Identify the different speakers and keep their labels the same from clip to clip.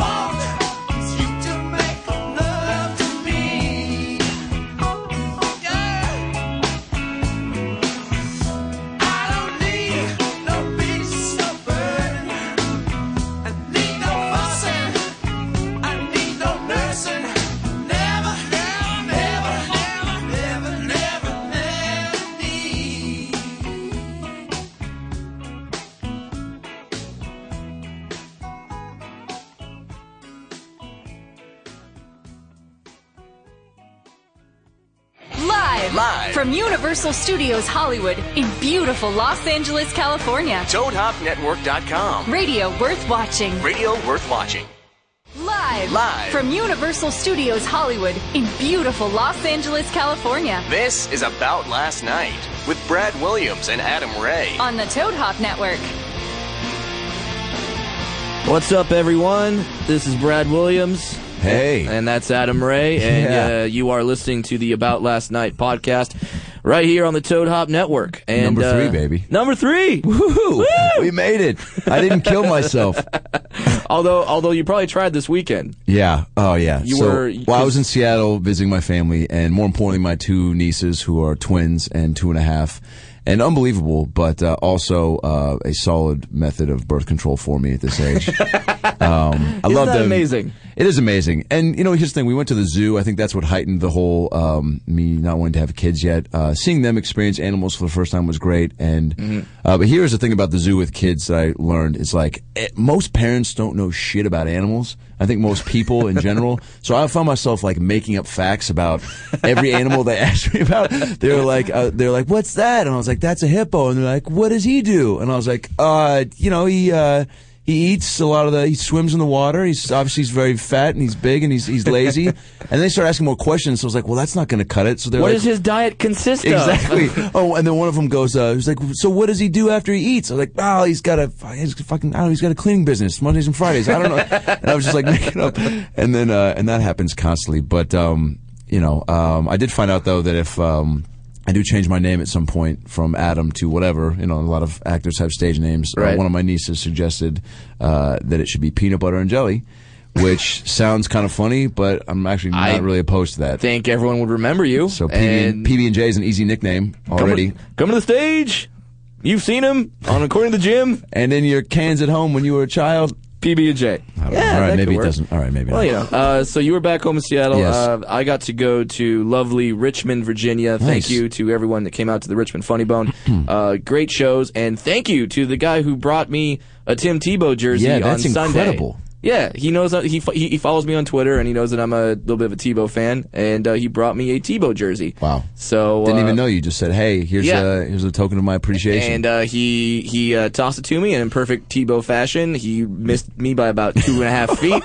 Speaker 1: Oh,
Speaker 2: Live
Speaker 3: From Universal Studios Hollywood in beautiful Los Angeles, California.
Speaker 2: ToadHopNetwork.com.
Speaker 3: Radio worth watching.
Speaker 2: Radio worth watching.
Speaker 3: Live.
Speaker 2: Live.
Speaker 3: From Universal Studios Hollywood in beautiful Los Angeles, California.
Speaker 2: This is About Last Night with Brad Williams and Adam Ray.
Speaker 3: On the Toad Hop Network.
Speaker 4: What's up, everyone? This is Brad Williams.
Speaker 5: Hey.
Speaker 4: And that's Adam Ray. And
Speaker 5: Yeah.
Speaker 4: uh, you are listening to the About Last Night podcast right here on the Toad Hop Network. And,
Speaker 5: Number three,
Speaker 4: uh,
Speaker 5: baby.
Speaker 4: Number three.
Speaker 5: Woo! We made it. I didn't kill myself.
Speaker 4: although, although you probably tried this weekend.
Speaker 5: Yeah. Oh, yeah.
Speaker 4: You
Speaker 5: so,
Speaker 4: were-
Speaker 5: well, I was in Seattle visiting my family, and more importantly, my two nieces who are twins and two and a half, and unbelievable, but uh, also uh, a solid method of birth control for me at this age. um, I
Speaker 4: Isn't
Speaker 5: love
Speaker 4: that
Speaker 5: them.
Speaker 4: amazing?
Speaker 5: It is amazing. And, you know, here's the thing. We went to the zoo. I think that's what heightened the whole um, me not wanting to have kids yet. Uh, seeing them experience animals for the first time was great. And,
Speaker 4: Mm-hmm.
Speaker 5: uh, but here's the thing about the zoo with kids that I learned is like, eh, most parents don't know shit about animals. I think most people in general. So I found myself like making up facts about every animal they asked me about. They were like, uh, they're like, what's that? And I was like, that's a hippo. And they're like, what does he do? And I was like, uh, you know, he, uh, he eats a lot of the. He swims in the water. He's obviously he's very fat and he's big and he's he's lazy. and they start asking more questions. So I was like, well, that's not going to cut it. So they're
Speaker 4: What
Speaker 5: like,
Speaker 4: does his diet consist of?
Speaker 5: exactly? oh, and then one of them goes, uh, he's like, so what does he do after he eats? I was like, oh, he's got a he's fucking I don't know, he's got a cleaning business Mondays and Fridays. I don't know. and I was just like making up. And then uh, and that happens constantly. But um, you know, um, I did find out though that if um. I do change my name at some point from Adam to whatever. You know, a lot of actors have stage names. Uh,
Speaker 4: Right.
Speaker 5: one of my nieces suggested uh, that it should be peanut butter and jelly, which sounds kind of funny, but I'm actually not
Speaker 4: I
Speaker 5: really opposed to that.
Speaker 4: think everyone would remember you.
Speaker 5: So
Speaker 4: And-
Speaker 5: PB and J is an easy nickname
Speaker 4: Come
Speaker 5: already.
Speaker 4: on- Come to the stage. You've seen him on According to the Gym,
Speaker 5: And in your cans at home when you were a child.
Speaker 4: PB and J.
Speaker 5: I don't know. all right, maybe it doesn't. All right, maybe
Speaker 4: Well,
Speaker 5: not.
Speaker 4: you know. Uh, so you were back home in Seattle.
Speaker 5: Yes.
Speaker 4: Uh, I got to go to lovely Richmond, Virginia. Thank
Speaker 5: Nice.
Speaker 4: you to everyone that came out to the Richmond Funny Bone. uh, great shows, and thank you to the guy who brought me a Tim Tebow jersey
Speaker 5: Yeah, that's
Speaker 4: on Sunday.
Speaker 5: incredible.
Speaker 4: Yeah, he knows he, fo- he he follows me on Twitter, and he knows that I'm a little bit of a Tebow fan, and uh, he brought me a Tebow jersey.
Speaker 5: Wow.
Speaker 4: So
Speaker 5: Didn't
Speaker 4: uh,
Speaker 5: even know you. Just said, "Hey, here's
Speaker 4: yeah.
Speaker 5: a here's a token of my appreciation."
Speaker 4: And uh, he he uh, tossed it to me, and in perfect Tebow fashion, he missed me by about two and a half feet.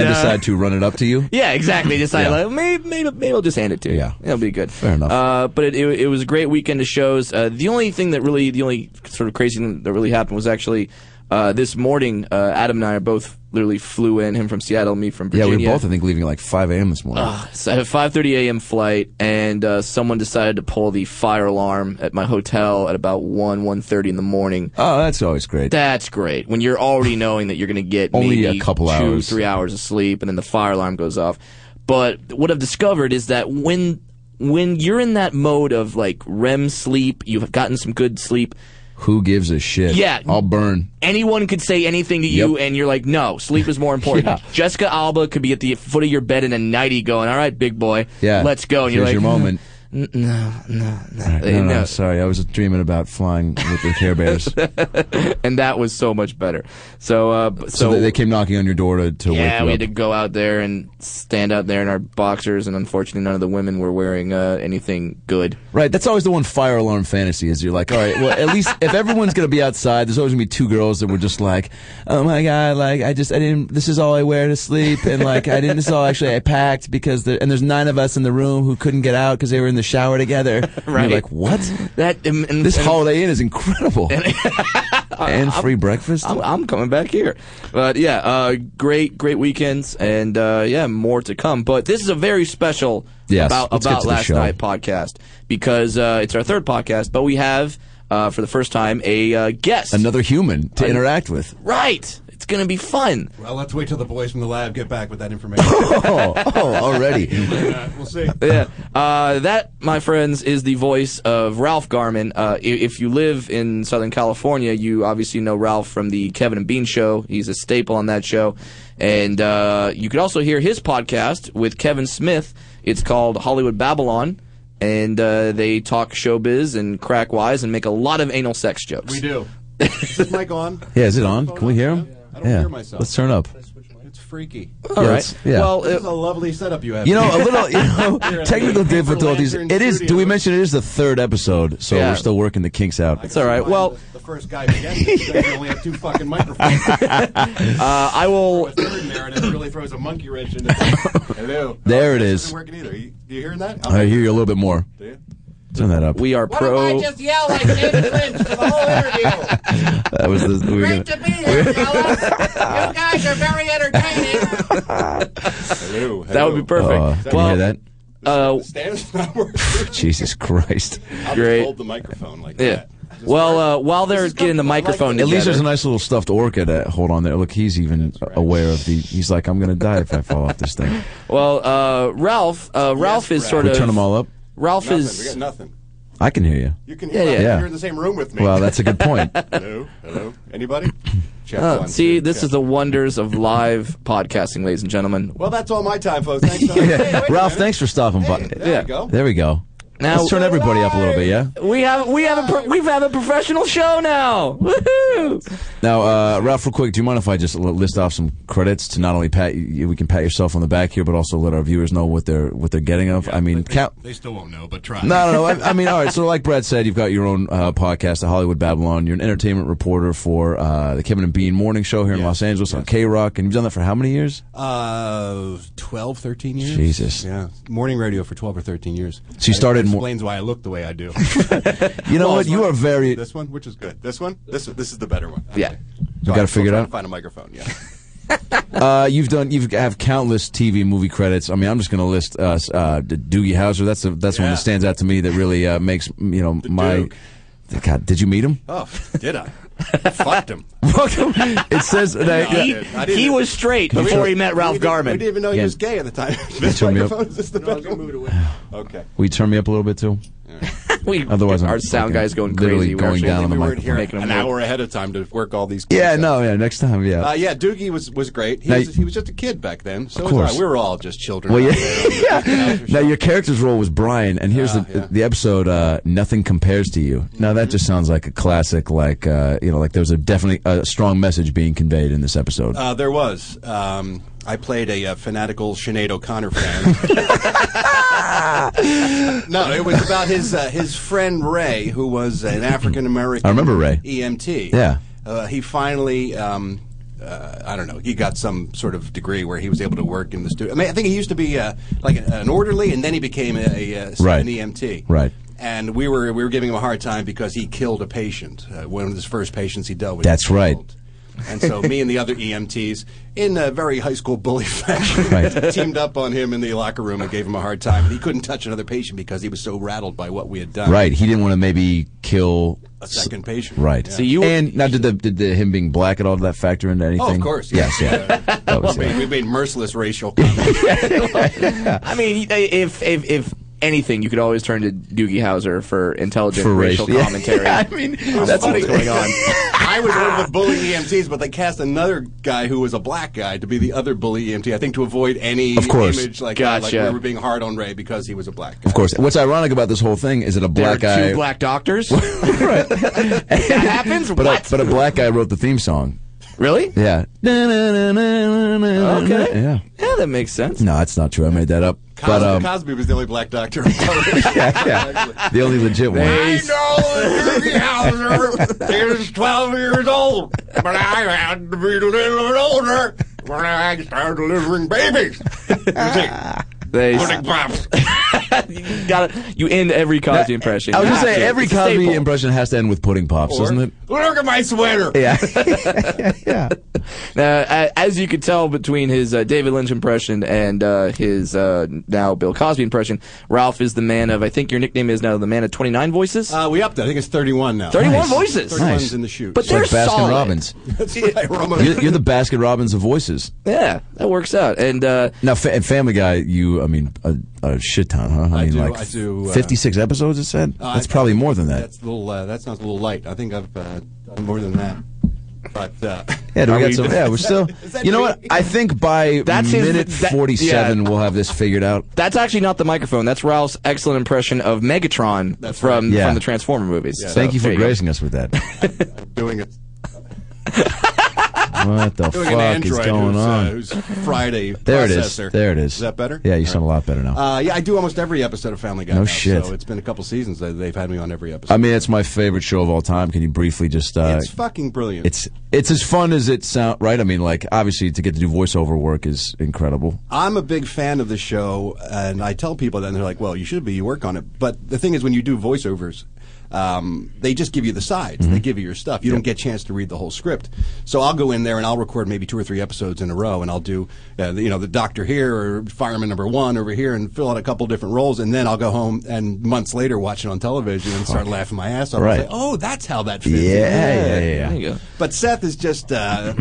Speaker 5: I
Speaker 4: uh,
Speaker 5: decide to run it up to you.
Speaker 4: Yeah, exactly. Just
Speaker 5: Yeah.
Speaker 4: like maybe, maybe maybe I'll just hand it to you.
Speaker 5: Yeah.
Speaker 4: it'll be good.
Speaker 5: Fair enough.
Speaker 4: Uh, but it, it it was a great weekend of shows. Uh, the only thing that really the only sort of crazy thing that really happened was actually uh, this morning. Uh, Adam and I are both literally flew in. Him from Seattle, me from
Speaker 5: Yeah,
Speaker 4: Virginia.
Speaker 5: we were both, I think, leaving at like 5 a.m. this morning.
Speaker 4: So I had a 5:30 a.m. flight, and uh, someone decided to pull the fire alarm at my hotel at about one 1:30 in the morning.
Speaker 5: oh, that's always great.
Speaker 4: That's great. When you're already knowing that you're going to get
Speaker 5: Only
Speaker 4: maybe
Speaker 5: a couple
Speaker 4: two,
Speaker 5: hours.
Speaker 4: three hours of sleep, and then the fire alarm goes off. But what I've discovered is that when when you're in that mode of like REM sleep, you've gotten some good sleep.
Speaker 5: Who gives a shit?
Speaker 4: Yeah.
Speaker 5: I'll burn.
Speaker 4: Anyone could say anything to you,
Speaker 5: Yep.
Speaker 4: and you're like, no, sleep is more important.
Speaker 5: Yeah.
Speaker 4: Jessica Alba could be at the foot of your bed in a nighty, going, "All right, big boy,
Speaker 5: Yeah,
Speaker 4: let's go." And
Speaker 5: here's your
Speaker 4: you're like,
Speaker 5: moment.
Speaker 4: "Uh,
Speaker 5: No, no,
Speaker 4: no."
Speaker 5: sorry, I was dreaming about flying with the Care Bears. so
Speaker 4: and that was so much better. So, uh, b- so,
Speaker 5: they, they came knocking on your door to, to wake
Speaker 4: Yeah,
Speaker 5: you
Speaker 4: we
Speaker 5: up.
Speaker 4: had to go out there and stand out there in our boxers, and unfortunately, none of the women were wearing uh, anything good.
Speaker 5: Right, that's always the one fire alarm fantasy is you're like, all right, well, at least if everyone's gonna be outside, there's always gonna be two girls that were just like, oh my god, like I just I didn't, this is all I wear to sleep, and like I didn't, this is all actually I packed because there, and there's nine of us in the room who couldn't get out because they were in the shower together. And you're
Speaker 4: Right.
Speaker 5: like what?
Speaker 4: That and, and-
Speaker 5: This
Speaker 4: and
Speaker 5: Holiday Inn is incredible, and free breakfast.
Speaker 4: I'm, I'm coming back here, but yeah, uh, great, great weekends, and uh, yeah, more to come. But this is a very special
Speaker 5: Yes,
Speaker 4: about
Speaker 5: let's get
Speaker 4: about
Speaker 5: to the
Speaker 4: last
Speaker 5: show.
Speaker 4: night podcast because uh, it's our third podcast, but we have uh, for the first time a uh, guest.
Speaker 5: Another human to interact with.
Speaker 4: right. It's gonna be fun.
Speaker 6: Well, let's wait till the boys from the lab get back with that information.
Speaker 5: Oh, oh, already.
Speaker 6: Uh, we'll see.
Speaker 4: yeah. Uh, that, my friends, is the voice of Ralph Garman. Uh, i- if you live in Southern California, you obviously know Ralph from the Kevin and Bean show. He's a staple on that show. And uh, you could also hear his podcast with Kevin Smith. It's called Hollywood Babylon. And uh, they talk showbiz and crack wise and make a lot of anal sex jokes.
Speaker 6: We do. Is this mic on?
Speaker 5: Yeah, is it on? Can we hear him?
Speaker 6: I don't hear myself.
Speaker 5: Let's turn up.
Speaker 6: It's
Speaker 7: freaky.
Speaker 4: All
Speaker 5: Yeah,
Speaker 4: right.
Speaker 5: it's- yeah.
Speaker 4: Well, uh,
Speaker 7: This is
Speaker 4: it,
Speaker 7: a lovely setup you have.
Speaker 5: You know, a little you know
Speaker 7: You're
Speaker 5: technical
Speaker 7: a paper
Speaker 5: difficulties.
Speaker 7: lantern
Speaker 5: It is. Do we
Speaker 7: studio.
Speaker 5: mention it is the third episode? So
Speaker 4: Yeah.
Speaker 5: we're still working the kinks out.
Speaker 4: It's all right. Well-
Speaker 7: the, the first guy began this. because You only have two fucking microphones.
Speaker 4: uh, I will.
Speaker 7: a third in there, and it really throws a monkey wrench in. Hello.
Speaker 5: There it
Speaker 7: This
Speaker 5: is.
Speaker 7: Isn't working either. You, you hearing that?
Speaker 5: I hear you a little bit more.
Speaker 7: Do you?
Speaker 5: Turn that up.
Speaker 4: We are pro.
Speaker 8: yell like David Lynch for the whole interview?
Speaker 5: that was the, we were gonna-
Speaker 8: be here, fellas. You guys are very entertaining.
Speaker 7: Hello.
Speaker 4: That would be perfect.
Speaker 5: Uh, can
Speaker 4: well,
Speaker 5: you hear that? Oh.
Speaker 4: Uh,
Speaker 7: Stand's not working.
Speaker 5: Jesus Christ!
Speaker 7: I'll
Speaker 4: Great.
Speaker 7: Just hold the microphone like
Speaker 4: yeah.
Speaker 7: that. Just
Speaker 4: Well,
Speaker 7: work.
Speaker 4: uh, while they're
Speaker 7: is
Speaker 4: getting the
Speaker 7: comfortable. I like
Speaker 4: microphone
Speaker 7: this.
Speaker 5: At least
Speaker 4: together,
Speaker 5: there's a nice little stuffed orca to hold on there. Look, he's even aware of the. He's like, I'm gonna die if I fall off this thing.
Speaker 4: well, uh, Ralph, uh, Ralph is
Speaker 7: Brad.
Speaker 4: sort
Speaker 5: We
Speaker 4: of
Speaker 5: turn them all up.
Speaker 4: Ralph
Speaker 7: nothing. We
Speaker 4: is
Speaker 7: got nothing.
Speaker 5: I can hear you.
Speaker 7: You can hear.
Speaker 4: Yeah,
Speaker 7: Yeah,
Speaker 5: yeah.
Speaker 7: You're in the same room with me.
Speaker 5: Well, that's a good point.
Speaker 7: hello. Hello. Anybody? Check
Speaker 5: Uh,
Speaker 7: one,
Speaker 4: uh, See,
Speaker 7: two,
Speaker 4: this
Speaker 7: check.
Speaker 4: is the wonders of live podcasting, ladies and gentlemen.
Speaker 7: Well, that's all my time, folks. Thanks. Tom. Hey, wait a minute.
Speaker 5: Ralph, thanks for stopping by.
Speaker 7: There
Speaker 4: Yeah.
Speaker 7: you go.
Speaker 5: There we go.
Speaker 4: Now-
Speaker 5: Let's turn everybody up a little bit, yeah.
Speaker 4: We have we have a pro- we have a professional show now. Woohoo!
Speaker 5: Now, uh, Ralph, real quick, do you mind if I just l- list off some credits to not only pat you, we can pat yourself on the back here, but also let our viewers know what they're what they're getting of. I mean, count.
Speaker 7: They still won't know, but try.
Speaker 5: No, no, no. I, I mean, all right. So, like Brad said, you've got your own uh, podcast, The Hollywood Babylon. You're an entertainment reporter for uh, the Kevin and Bean Morning Show here in
Speaker 7: Yes,
Speaker 5: Los Angeles on K Rock, and you've done that for how many years?
Speaker 7: Uh, 12, 13 years.
Speaker 5: Jesus.
Speaker 7: Yeah, morning radio for twelve or thirteen years.
Speaker 5: So you started
Speaker 7: That
Speaker 5: mo-
Speaker 7: explains why I look the way I do.
Speaker 5: You know
Speaker 7: Uh, Well,
Speaker 5: what?
Speaker 7: this
Speaker 5: You
Speaker 7: one-
Speaker 5: are very.
Speaker 7: This one, which is good. This one. This this is the better one.
Speaker 4: Yeah.
Speaker 7: Okay.
Speaker 5: You gotta
Speaker 7: I'm
Speaker 5: figure it
Speaker 7: trying
Speaker 5: out.
Speaker 7: to Find a microphone. Yeah.
Speaker 5: Uh, you've done. You've have countless TV movie credits. I mean, I'm just going to list uh, s- uh, D- Doogie Howser. That's the that's one
Speaker 7: Yeah.
Speaker 5: that stands out to me. That really uh, makes you know my.
Speaker 7: Duke.
Speaker 5: God, did you meet him?
Speaker 7: Oh, did I? Fucked him.
Speaker 5: Welcome. It says that I-
Speaker 7: No, I
Speaker 4: He,
Speaker 7: didn't. I didn't.
Speaker 4: he was straight
Speaker 5: Come
Speaker 4: before
Speaker 5: here.
Speaker 4: he met Ralph
Speaker 7: we didn't- We didn't
Speaker 4: Garman.
Speaker 7: even know
Speaker 5: Yeah.
Speaker 7: he was gay at the time.
Speaker 5: This
Speaker 7: this
Speaker 5: turn me up.
Speaker 7: microphone is this the better one? Okay.
Speaker 5: Will you turn me up a little bit too?
Speaker 4: We,
Speaker 5: Otherwise, I'm
Speaker 4: our
Speaker 5: fucking
Speaker 4: sound guy's going
Speaker 5: literally
Speaker 4: crazy. We're
Speaker 5: going
Speaker 4: actually
Speaker 5: down on the
Speaker 7: we weren't
Speaker 5: microphone.
Speaker 7: here
Speaker 4: Making him
Speaker 7: an
Speaker 4: work.
Speaker 7: hours ahead of time to work all these.
Speaker 5: Yeah,
Speaker 7: things out.
Speaker 5: no, yeah. Next time, yeah.
Speaker 7: Uh, yeah, Doogie was, was great. He,
Speaker 5: Now-
Speaker 7: was, he was just a kid back then, so
Speaker 5: Of
Speaker 7: it's all right.
Speaker 5: course.
Speaker 7: we were all just children.
Speaker 5: Well,
Speaker 7: out
Speaker 5: yeah.
Speaker 7: there.
Speaker 5: yeah. Now your character's role was Brian, and here's the the episode. Uh, Nothing compares to you. Now that just sounds like a classic. Like uh, you know, like there's a definitely a strong message being conveyed in this episode.
Speaker 7: Uh, there was. Um, I played a, uh fanatical Sinead O'Connor fan. no, it was about his uh, his friend Ray, who was an African American.
Speaker 5: I remember Ray.
Speaker 7: EMT.
Speaker 5: Yeah.
Speaker 7: Uh, he finally. Um, uh, I don't know. He got some sort of degree where he was able to work in the studio. I mean, I think he used to be uh, like an, an orderly, and then he became a, a, uh
Speaker 5: Right.
Speaker 7: an EMT.
Speaker 5: Right.
Speaker 7: And we were we were giving him a hard time because he killed a patient. Uh, one of his first patients he dealt with.
Speaker 5: That's
Speaker 7: he
Speaker 5: right.
Speaker 7: killed. And so me and the other EMTs, in a very high school bully fashion,
Speaker 5: Right.
Speaker 7: teamed up on him in the locker room and gave him a hard time. He couldn't touch another patient because he was so rattled by what we had done.
Speaker 5: Right. He didn't want to maybe kill.
Speaker 7: A second patient.
Speaker 5: Right.
Speaker 7: Yeah.
Speaker 4: So you-
Speaker 5: and now did the did the him being black at all did that factor into anything?
Speaker 7: Oh, of course.
Speaker 5: Yes. Yeah. That was-
Speaker 7: We made, we made merciless racial comments.
Speaker 4: I mean, if if if anything, you could always turn to Doogie Howser for intelligent
Speaker 5: For
Speaker 4: racial
Speaker 5: racial- yeah.
Speaker 4: commentary.
Speaker 5: I mean, that's
Speaker 4: what's going on.
Speaker 7: I was one of the bully EMTs, but they cast another guy who was a black guy to be the other bully EMT. I think to avoid any
Speaker 5: Of course.
Speaker 7: image like,
Speaker 4: Gotcha.
Speaker 7: like we were being hard on Ray because he was a black guy.
Speaker 5: Of course. What's ironic about this whole thing is that a
Speaker 4: There are
Speaker 5: black guy.
Speaker 4: two black doctors. That happens.
Speaker 5: but
Speaker 4: what?
Speaker 5: a, but a black guy wrote the theme song.
Speaker 4: really?
Speaker 5: Yeah. Okay.
Speaker 4: Okay.
Speaker 5: Yeah.
Speaker 4: Yeah, that makes sense.
Speaker 5: No, that's not true. I made that up.
Speaker 7: Cosby,
Speaker 5: but um,
Speaker 7: Cosby was the only black doctor. on television.
Speaker 5: yeah, the only legit one.
Speaker 7: I know Doogie Howser is 12 years old, but I had to be a little bit older when I started delivering babies. You see,
Speaker 4: They
Speaker 7: pudding pops.
Speaker 4: you got it. You end every Cosby impression.
Speaker 5: I was
Speaker 4: You
Speaker 5: just
Speaker 4: have
Speaker 5: saying
Speaker 4: to.
Speaker 5: every
Speaker 4: It's a
Speaker 5: Cosby
Speaker 4: staple.
Speaker 5: impression has to end with pudding pops, doesn't it?
Speaker 7: Look at my sweater.
Speaker 5: Yeah. yeah.
Speaker 4: Now, a- as you could tell between his uh, David Lynch impression and uh, his uh, now Bill Cosby impression, Ralph is the man of I think your nickname is now the man of 29 voices.
Speaker 7: Uh, we upped it. I think it's 31 now.
Speaker 4: 31
Speaker 5: nice.
Speaker 4: voices.
Speaker 7: 31's
Speaker 5: Nice.
Speaker 7: in the shoot.
Speaker 4: But
Speaker 5: It's like Baskin
Speaker 4: They're solid.
Speaker 5: Robbins.
Speaker 7: that's right. We're almost-
Speaker 5: You're, you're the Baskin Robbins of voices.
Speaker 4: Yeah, that works out. And uh,
Speaker 5: Now, fa- and Family Guy, you, I mean, a, a shit ton, huh? I,
Speaker 7: I
Speaker 5: mean,
Speaker 7: do-
Speaker 5: like
Speaker 7: I do, uh,
Speaker 5: 56 episodes, it said?
Speaker 7: Uh,
Speaker 5: That's
Speaker 7: I-
Speaker 5: probably more than that.
Speaker 7: That's a little. Uh, that sounds a little light. I think I've uh, done more than that. But uh,
Speaker 5: Yeah, do we
Speaker 4: Are
Speaker 5: got
Speaker 4: we-
Speaker 5: some, yeah, we're still.
Speaker 7: Is that
Speaker 5: You know
Speaker 7: me?
Speaker 5: what? I think by
Speaker 4: That's his-
Speaker 5: minute
Speaker 4: that-
Speaker 5: 47,
Speaker 4: yeah.
Speaker 5: we'll have this figured out.
Speaker 4: that's actually not the microphone. That's Ralph's excellent impression of Megatron
Speaker 7: That's
Speaker 4: from
Speaker 5: right. Yeah.
Speaker 4: from the Transformer movies. So,
Speaker 5: Thank you for
Speaker 4: there go.
Speaker 5: gracing us with that.
Speaker 7: doing it.
Speaker 9: What the
Speaker 7: Doing an
Speaker 9: fuck is
Speaker 7: Android
Speaker 9: going
Speaker 7: who's,
Speaker 9: on?
Speaker 7: Uh, who's Friday
Speaker 5: There it is.
Speaker 7: processor.
Speaker 5: There it is.
Speaker 7: Is that better?
Speaker 5: Yeah, you
Speaker 7: All
Speaker 5: sound a
Speaker 7: right.
Speaker 5: lot better now.
Speaker 7: Uh, yeah, I do almost every episode of Family Guy.
Speaker 5: No
Speaker 7: now,
Speaker 5: shit.
Speaker 7: So it's been a couple seasons that they've had me on every episode.
Speaker 5: I mean, it's my favorite show of all time. Can you briefly just? Uh,
Speaker 7: it's fucking brilliant.
Speaker 5: it's it's as fun as it sound, right? I mean, like obviously to get to do voiceover work is incredible.
Speaker 7: I'm a big fan of the show, and I tell people that, and they're like, "Well, you should be. You work on it." But the thing is, when you do voiceovers, um, they just give you the sides.
Speaker 5: Mm-hmm.
Speaker 7: They give you your stuff. You don't get a chance to read the whole script. So I'll go in there and I'll record maybe two or three episodes in a row, and I'll do, uh, the- you know, the doctor here or fireman number one over here, and fill out a couple different roles, and then I'll go home and months later watch it on television and start laughing my ass off. and
Speaker 5: Right.
Speaker 7: say, oh, that's how that fits. in."
Speaker 5: yeah,
Speaker 4: There you go.
Speaker 7: But Seth is just, uh,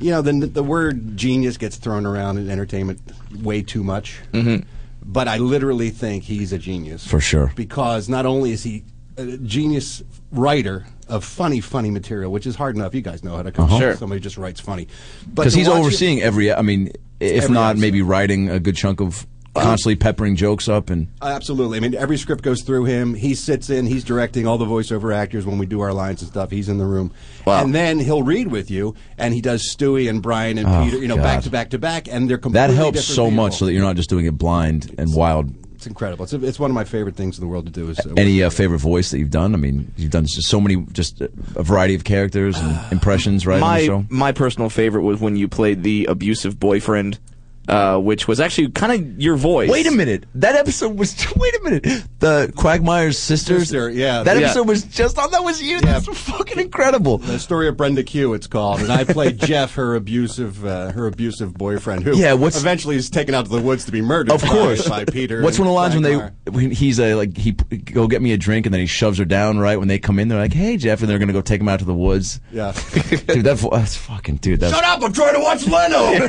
Speaker 7: you know, the the word genius gets thrown around in entertainment way too much. Mm-hmm. But I literally think he's a genius
Speaker 5: For sure.
Speaker 7: because not only is he a genius writer of funny, funny material, which is hard enough. You guys know how to come.
Speaker 4: Sure.
Speaker 7: Somebody just writes funny,
Speaker 5: Uh-huh. Because he's
Speaker 7: overseeing.
Speaker 5: overseeing every. I mean, if
Speaker 7: Every
Speaker 5: not,
Speaker 7: episode.
Speaker 5: maybe writing a good chunk of constantly peppering jokes up and.
Speaker 7: Absolutely. I mean, every script goes through him. He sits in. He's directing all the voiceover actors when we do our lines and stuff. He's in the room,
Speaker 4: Wow.
Speaker 7: and then he'll read with you. And he does Stewie and Brian and Peter, you know, back
Speaker 5: Oh, God.
Speaker 7: to back to back, and they're completely
Speaker 5: That helps
Speaker 7: different
Speaker 5: so
Speaker 7: people.
Speaker 5: much so that you're not just doing it blind and wild.
Speaker 7: it's incredible. It's, it's one of my favorite things in the world to do. Is uh,
Speaker 5: Any uh, favorite voice that you've done? I mean, you've done just so many, just a a variety of characters and impressions, right? on the
Speaker 4: my
Speaker 5: show?
Speaker 4: my personal favorite was when you played the abusive boyfriend, uh, which was actually kind of your voice.
Speaker 5: Wait a minute. That episode was. Wait a minute. The Quagmire's sisters.
Speaker 7: Sister, yeah.
Speaker 5: That
Speaker 4: Yeah.
Speaker 5: episode was just on. That was you. That's fucking incredible.
Speaker 7: the story of Brenda Q. It's called, and I played Jeff, her abusive, uh, her abusive boyfriend, who
Speaker 5: Yeah, what's-
Speaker 7: eventually is taken out to the woods to be murdered.
Speaker 5: Of
Speaker 7: by-
Speaker 5: course.
Speaker 7: by Peter.
Speaker 5: What's
Speaker 7: and
Speaker 5: one of the lines when
Speaker 7: Quagmire.
Speaker 5: they when he's a like he p- go get me a drink and then he shoves her down right when they come in they're like hey Jeff and they're gonna go take him out to the woods.
Speaker 7: Yeah.
Speaker 5: dude, that vo- that's fucking dude. That's,
Speaker 7: Shut up! I'm trying to watch Leno.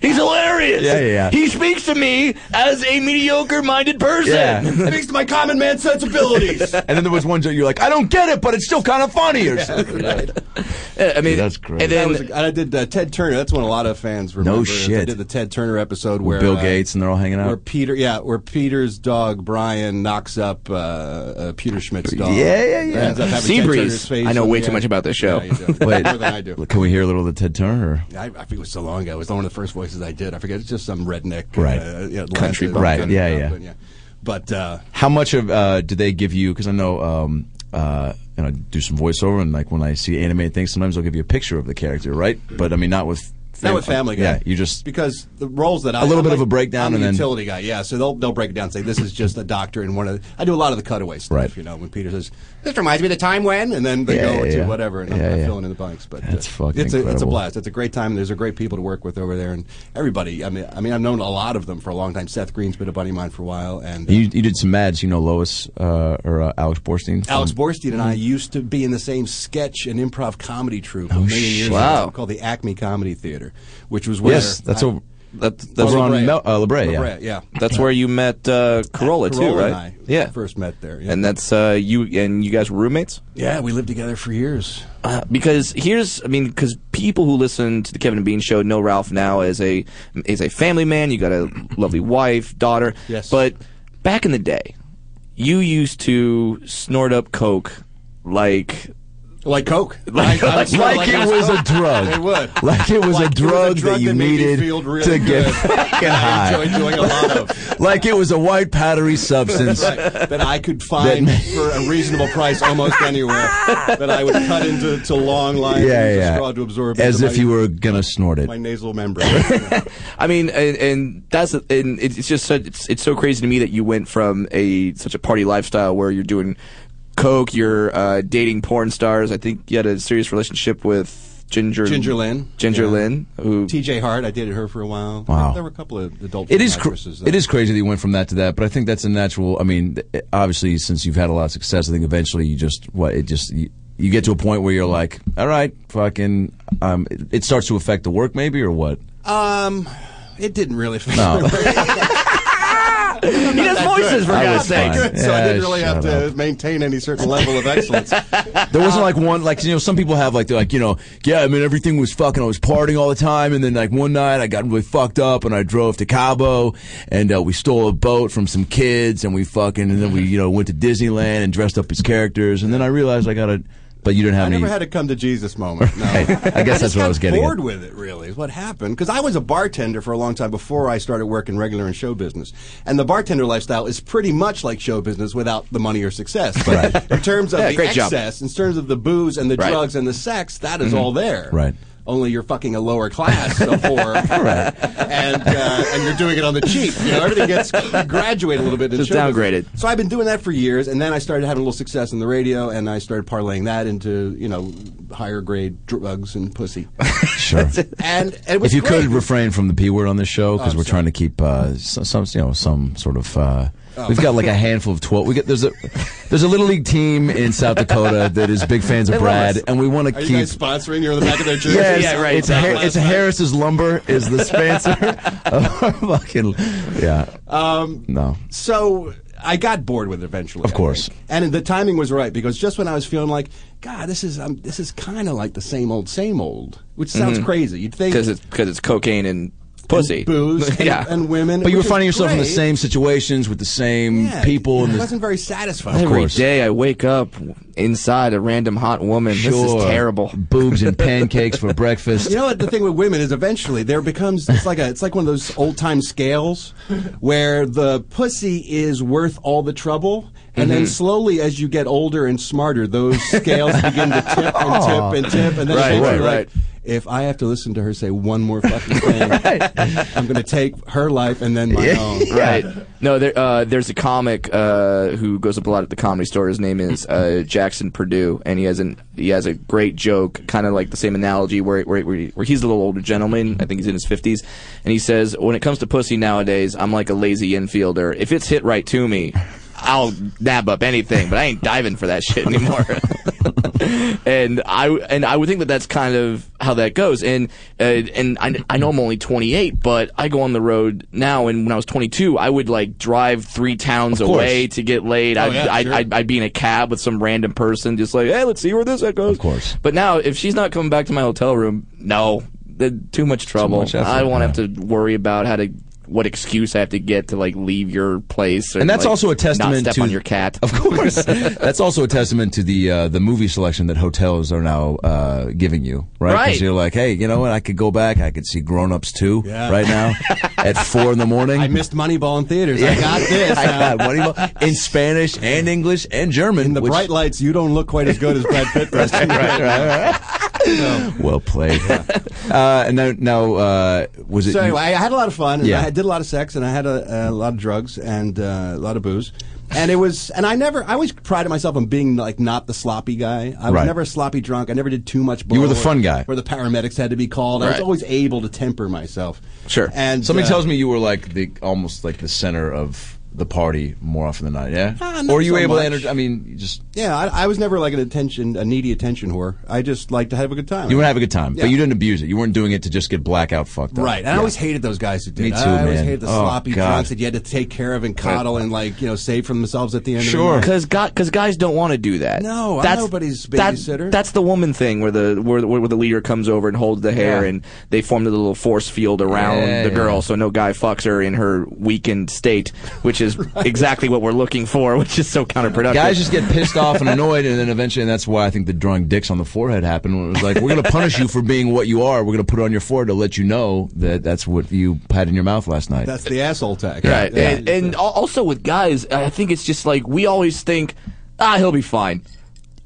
Speaker 4: He's hilarious.
Speaker 5: Yeah, yeah, yeah.
Speaker 4: He speaks to me as a mediocre-minded person.
Speaker 5: Yeah.
Speaker 7: Speaks to my common man sensibilities.
Speaker 5: and then there was one that you're like I don't get it but it's still kind of funny or something.
Speaker 4: Uh, I mean,
Speaker 5: That's great.
Speaker 4: And
Speaker 7: That
Speaker 4: then
Speaker 7: was a- and I did uh, Ted Turner. That's when a lot of fans remember.
Speaker 5: No
Speaker 7: is I
Speaker 5: shit.
Speaker 7: did the Ted Turner episode where
Speaker 5: Bill
Speaker 7: uh,
Speaker 5: Gates and they're all hanging
Speaker 7: where
Speaker 5: out.
Speaker 7: Peter, yeah, where Peter's dog Brian knocks up uh, uh, Peter Schmidt's dog.
Speaker 5: Yeah, yeah, yeah.
Speaker 7: Ends up having Ted
Speaker 4: Seabreeze.
Speaker 7: Turner's face
Speaker 4: I know
Speaker 7: on
Speaker 4: way
Speaker 7: the
Speaker 4: too much
Speaker 7: end.
Speaker 4: about this show.
Speaker 7: Yeah, you do.
Speaker 5: Wait.
Speaker 7: more than I do.
Speaker 5: Can we hear a little of the Ted Turner? Or?
Speaker 7: I, I think it was so long ago. It was one of the first voices I did. I forget. It's just some redneck,
Speaker 5: Right.
Speaker 7: Uh, you know,
Speaker 5: Country
Speaker 7: Latin-
Speaker 5: bumpkin. Right,
Speaker 7: country
Speaker 5: yeah, yeah.
Speaker 7: bumpkin, But uh,
Speaker 5: How much of uh, do they give you? Because I know, um, uh, and I do some voiceover, and like when I see animated things, sometimes they'll give you a picture of the character, right? But I mean, not with
Speaker 7: Not with Family Guy.
Speaker 5: Yeah, you just
Speaker 7: because the roles that I
Speaker 5: little
Speaker 7: I'm
Speaker 5: bit of
Speaker 7: like-
Speaker 5: a breakdown
Speaker 7: I'm
Speaker 5: and
Speaker 7: a
Speaker 5: then-
Speaker 7: utility guy. Yeah, so they'll they'll break it down and say this is just a doctor and one of the, I do a lot of the cutaway stuff.
Speaker 5: Right.
Speaker 7: You know when Peter says this reminds me of the time when and then they
Speaker 5: Yeah,
Speaker 7: go
Speaker 5: yeah,
Speaker 7: to
Speaker 5: yeah.
Speaker 7: whatever and I'm-
Speaker 5: Yeah,
Speaker 7: I'm,
Speaker 5: yeah.
Speaker 7: filling in the blanks. But uh,
Speaker 5: That's
Speaker 7: it's
Speaker 5: fucking
Speaker 7: a, it's a
Speaker 5: incredible.
Speaker 7: blast. It's a great time. There's a great people to work with over there and everybody. I mean I mean I've known a lot of them for a long time. Seth Green's been a buddy of mine for a while and. uh,
Speaker 5: you, you did some ads. You know, Lois uh, or uh, Alex Borstein.
Speaker 7: Alex
Speaker 5: Um,
Speaker 7: Borstein and I used to be in the same sketch and improv comedy troupe
Speaker 5: Oh,
Speaker 7: a million years
Speaker 4: Wow.
Speaker 7: ago called the Acme Comedy Theater, which was where
Speaker 5: Yes, that's
Speaker 7: I-
Speaker 5: over.
Speaker 4: that, that's
Speaker 5: Over
Speaker 7: La
Speaker 5: on
Speaker 7: Brea.
Speaker 5: Mel, uh, La Brea,
Speaker 7: La
Speaker 5: yeah.
Speaker 7: Brea, yeah.
Speaker 4: that's where you met uh, Corolla too,
Speaker 7: Corolla
Speaker 4: right?
Speaker 7: and I
Speaker 4: yeah.
Speaker 7: first met there. Yeah.
Speaker 4: And that's uh, you and you guys were roommates.
Speaker 7: yeah, we lived together for years.
Speaker 4: Uh, because here's, I mean, because people who listen to the Kevin and Bean show know Ralph now as a is a family man. You got a lovely wife, daughter.
Speaker 7: Yes.
Speaker 4: But back in the day, you used to snort up coke like
Speaker 7: Like Coke.
Speaker 4: Like-
Speaker 7: I- I would
Speaker 4: like-
Speaker 7: smell
Speaker 5: Like, it was a
Speaker 7: Coke.
Speaker 5: drug.
Speaker 7: It would.
Speaker 5: Like it was
Speaker 7: Like
Speaker 5: a drug that you
Speaker 7: made me
Speaker 5: needed
Speaker 7: feel really
Speaker 5: to
Speaker 7: good.
Speaker 5: get fucking
Speaker 7: I
Speaker 5: high.
Speaker 7: enjoyed doing a lot of.
Speaker 5: Like it was a white powdery substance.
Speaker 7: Right, that I could find
Speaker 5: That-
Speaker 7: for a reasonable price almost anywhere. that I would cut into to long lines and
Speaker 5: Yeah,
Speaker 7: use a
Speaker 5: yeah.
Speaker 7: straw to absorb
Speaker 5: As
Speaker 7: into
Speaker 5: if
Speaker 7: my,
Speaker 5: you were gonna snort it.
Speaker 7: my nasal membrane.
Speaker 4: I mean, and, and that's and it's it's just so, it's it's so crazy to me that you went from a such a party lifestyle where you're doing coke, you're uh, dating porn stars. I think you had a serious relationship with Ginger
Speaker 7: Ginger Lynn.
Speaker 4: Ginger
Speaker 7: Yeah.
Speaker 4: Lynn, who
Speaker 7: TJ Hart, I dated her for a while.
Speaker 5: Wow.
Speaker 7: There were a couple of adult
Speaker 5: It is cr-
Speaker 7: actresses. that-
Speaker 5: it is crazy that you went from that to that, but I think that's a natural. I mean, th- obviously, since you've had a lot of success, I think eventually you just what it just you, you get to a point where you're like, all right, fucking, um, it, it starts to affect the work maybe or what?
Speaker 7: Um, it didn't really.
Speaker 5: No.
Speaker 4: he does voices for
Speaker 5: I
Speaker 4: God's
Speaker 5: was
Speaker 4: sake.
Speaker 5: fine.
Speaker 7: so I
Speaker 5: Yeah,
Speaker 7: didn't really have
Speaker 5: shut
Speaker 7: to maintain any certain level of excellence.
Speaker 5: There wasn't
Speaker 7: Uh,
Speaker 5: like one like you know some people have like they're like you know yeah I mean everything was fucking I was partying all the time and then like one night I got really fucked up and I drove to Cabo and uh, we stole a boat from some kids and we fucking and then we you know went to Disneyland and dressed up as characters and then I realized I gotta but you didn't have
Speaker 7: I
Speaker 5: any.
Speaker 7: never had a come to Jesus moment. No.
Speaker 5: I guess that's what I was getting.
Speaker 7: bored
Speaker 5: at.
Speaker 7: with it really is what happened because i was a bartender for a long time before i started working regular in show business and the bartender lifestyle is pretty much like show business without the money or success but in terms of
Speaker 4: Yeah,
Speaker 7: the
Speaker 4: great job.
Speaker 7: excess in terms of the booze and the
Speaker 4: Right.
Speaker 7: drugs and the sex that is all there
Speaker 5: Mm-hmm. Right.
Speaker 7: only you're fucking a lower class of whore, and uh, and you're doing it on the cheap. You know, everything gets you graduate a little bit. in
Speaker 4: Just
Speaker 7: show business.
Speaker 4: downgraded.
Speaker 7: So I've been doing that for years, and then I started having a little success in the radio, and I started parlaying that into you know higher grade drugs and pussy.
Speaker 5: Sure.
Speaker 7: and, and it was
Speaker 5: If you
Speaker 7: great.
Speaker 5: could refrain from the p word on this show, because
Speaker 7: I'm
Speaker 5: we're
Speaker 7: Oh, sorry.
Speaker 5: trying to keep uh, some, some, you know, some sort of. Uh,
Speaker 7: Oh.
Speaker 5: We've got like a handful of twelve. We get there's a there's a little league team in South Dakota that is big fans of Brad, and we want to
Speaker 7: Are
Speaker 5: keep.
Speaker 7: you guys sponsoring? You're on the back of their jersey.
Speaker 5: Yes,
Speaker 4: Yeah, right.
Speaker 5: It's, a, Har- it's a Harris's Lumber is the sponsor of our fucking yeah. Um, no,
Speaker 7: So I got bored with it eventually.
Speaker 5: Of
Speaker 7: I
Speaker 5: course.
Speaker 7: think. and the timing was right because just when I was feeling like, God, this is um, this is kind of like the same old, same old, which sounds crazy. You'd think
Speaker 4: because it's because it's cocaine and pussy,
Speaker 7: and booze, and,
Speaker 4: yeah,
Speaker 7: and women.
Speaker 5: but you were
Speaker 7: which is
Speaker 5: finding yourself in the
Speaker 7: great.
Speaker 5: same situations with the same
Speaker 7: Yeah,
Speaker 5: people.
Speaker 7: It
Speaker 5: And the,
Speaker 7: wasn't very satisfying.
Speaker 4: Every day
Speaker 5: course.
Speaker 4: I wake up inside a random hot woman. This is
Speaker 5: Sure.
Speaker 4: terrible.
Speaker 5: Boobs and pancakes for breakfast.
Speaker 7: You know what the thing with women is eventually there becomes it's like a it's like one of those old time scales where the pussy is worth all the trouble and
Speaker 4: Mm-hmm.
Speaker 7: then slowly as you get older and smarter those scales begin to tip and tip and tip and then
Speaker 4: Oh. Right,
Speaker 7: eventually,
Speaker 4: right, right.
Speaker 7: like, if I have to listen to her say one more fucking thing I'm going to take her life and then my own.
Speaker 4: Right. No, there, uh, there's a comic uh, who goes up a lot at the comedy store. His name is uh, Jackson Purdue, and he has an he has a great joke, kind of like the same analogy where where, where, he- where he's a little older gentleman. I think he's in his fifties, and he says, "When it comes to pussy nowadays, I'm like a lazy infielder. If it's hit right to me." I'll nab up anything, but I ain't diving for that shit anymore. and I and I would think that that's kind of how that goes. And uh, and I, I know I'm only 28, but I go on the road now. And when I was 22, I would like drive three towns
Speaker 5: course. Oh,
Speaker 4: away to get laid. I'd,
Speaker 7: yeah,
Speaker 4: I'd,
Speaker 7: sure.
Speaker 4: I'd, I'd be in a cab with some random person, just like, hey, let's see where this at goes.
Speaker 5: Of course.
Speaker 4: But now, if she's not coming back to my hotel room, no, th- too much trouble.
Speaker 5: much effort,
Speaker 4: I won't
Speaker 5: yeah.
Speaker 4: have to worry about how to. What excuse I have to get to like leave your place, or,
Speaker 5: and that's
Speaker 4: like,
Speaker 5: also a
Speaker 4: not
Speaker 5: testament
Speaker 4: step
Speaker 5: to
Speaker 4: on your cat.
Speaker 5: Of course, that's also a testament to the uh, the movie selection that hotels are now uh, giving you, right? 'Cause
Speaker 4: Right.
Speaker 5: you're like, hey, you know what? I could go back. I could see Grown Ups two
Speaker 7: Yeah.
Speaker 5: right now at four in the morning.
Speaker 7: I missed Moneyball in theaters. I got this.
Speaker 5: I got money mo- in Spanish and English and German.
Speaker 7: in the
Speaker 5: which-
Speaker 7: bright lights, you don't look quite as good as Brad Pitt does.
Speaker 5: Well played. Uh, and now, now uh, was it?
Speaker 7: So
Speaker 5: you-
Speaker 7: anyway, I had a lot of fun. And
Speaker 5: Yeah.
Speaker 7: I had- did a lot of sex, and I had a, a lot of drugs and uh, a lot of booze. And it was, and I never, I always prided myself on being like not the sloppy guy. I was
Speaker 5: Right.
Speaker 7: never a sloppy drunk. I never did too much.
Speaker 5: You were the
Speaker 7: blow
Speaker 5: fun
Speaker 7: or-
Speaker 5: guy.
Speaker 7: Where the paramedics had to be called. I was
Speaker 4: Right.
Speaker 7: always able to temper myself.
Speaker 4: Sure.
Speaker 7: And
Speaker 5: somebody
Speaker 7: uh,
Speaker 5: tells me you were like the almost like the center of the party more often than not. Yeah.
Speaker 7: Ah, not
Speaker 5: or you
Speaker 7: so
Speaker 5: were able
Speaker 7: much.
Speaker 5: to? Enter- I mean, you just
Speaker 7: yeah, I, I was never like an attention, a needy attention whore. I just liked to have a good time.
Speaker 5: You would have a good time, but
Speaker 7: Yeah.
Speaker 5: you didn't abuse it. You weren't doing it to just get blackout fucked up.
Speaker 7: Right, and I always hated those guys who did.
Speaker 5: Me too,
Speaker 7: I always
Speaker 5: man.
Speaker 7: hated the
Speaker 5: Oh,
Speaker 7: sloppy
Speaker 5: God.
Speaker 7: drunks that you had to take care of and coddle and like you know save for themselves at the end.
Speaker 5: Sure.
Speaker 7: of the night.
Speaker 4: Because guys don't want to do that.
Speaker 7: No, I'm nobody's
Speaker 4: that-
Speaker 7: babysitter.
Speaker 4: that's the woman thing where the where, the- where the leader comes over and holds the hair,
Speaker 5: Yeah.
Speaker 4: and they form the little force field around
Speaker 5: Yeah,
Speaker 4: the girl,
Speaker 5: yeah.
Speaker 4: so no guy fucks her in her weakened state, which is exactly what we're looking for, which is so counterproductive.
Speaker 5: Guys just get pissed off and annoyed, and then eventually, and that's why I think the drawing dicks on the forehead happened. When it was like, we're going to punish you for being what you are. We're going to put it on your forehead to let you know that that's what you had in your mouth last night.
Speaker 7: That's the asshole tag.
Speaker 4: right, and, and al- also with guys, I think it's just like we always think, ah, he'll be fine.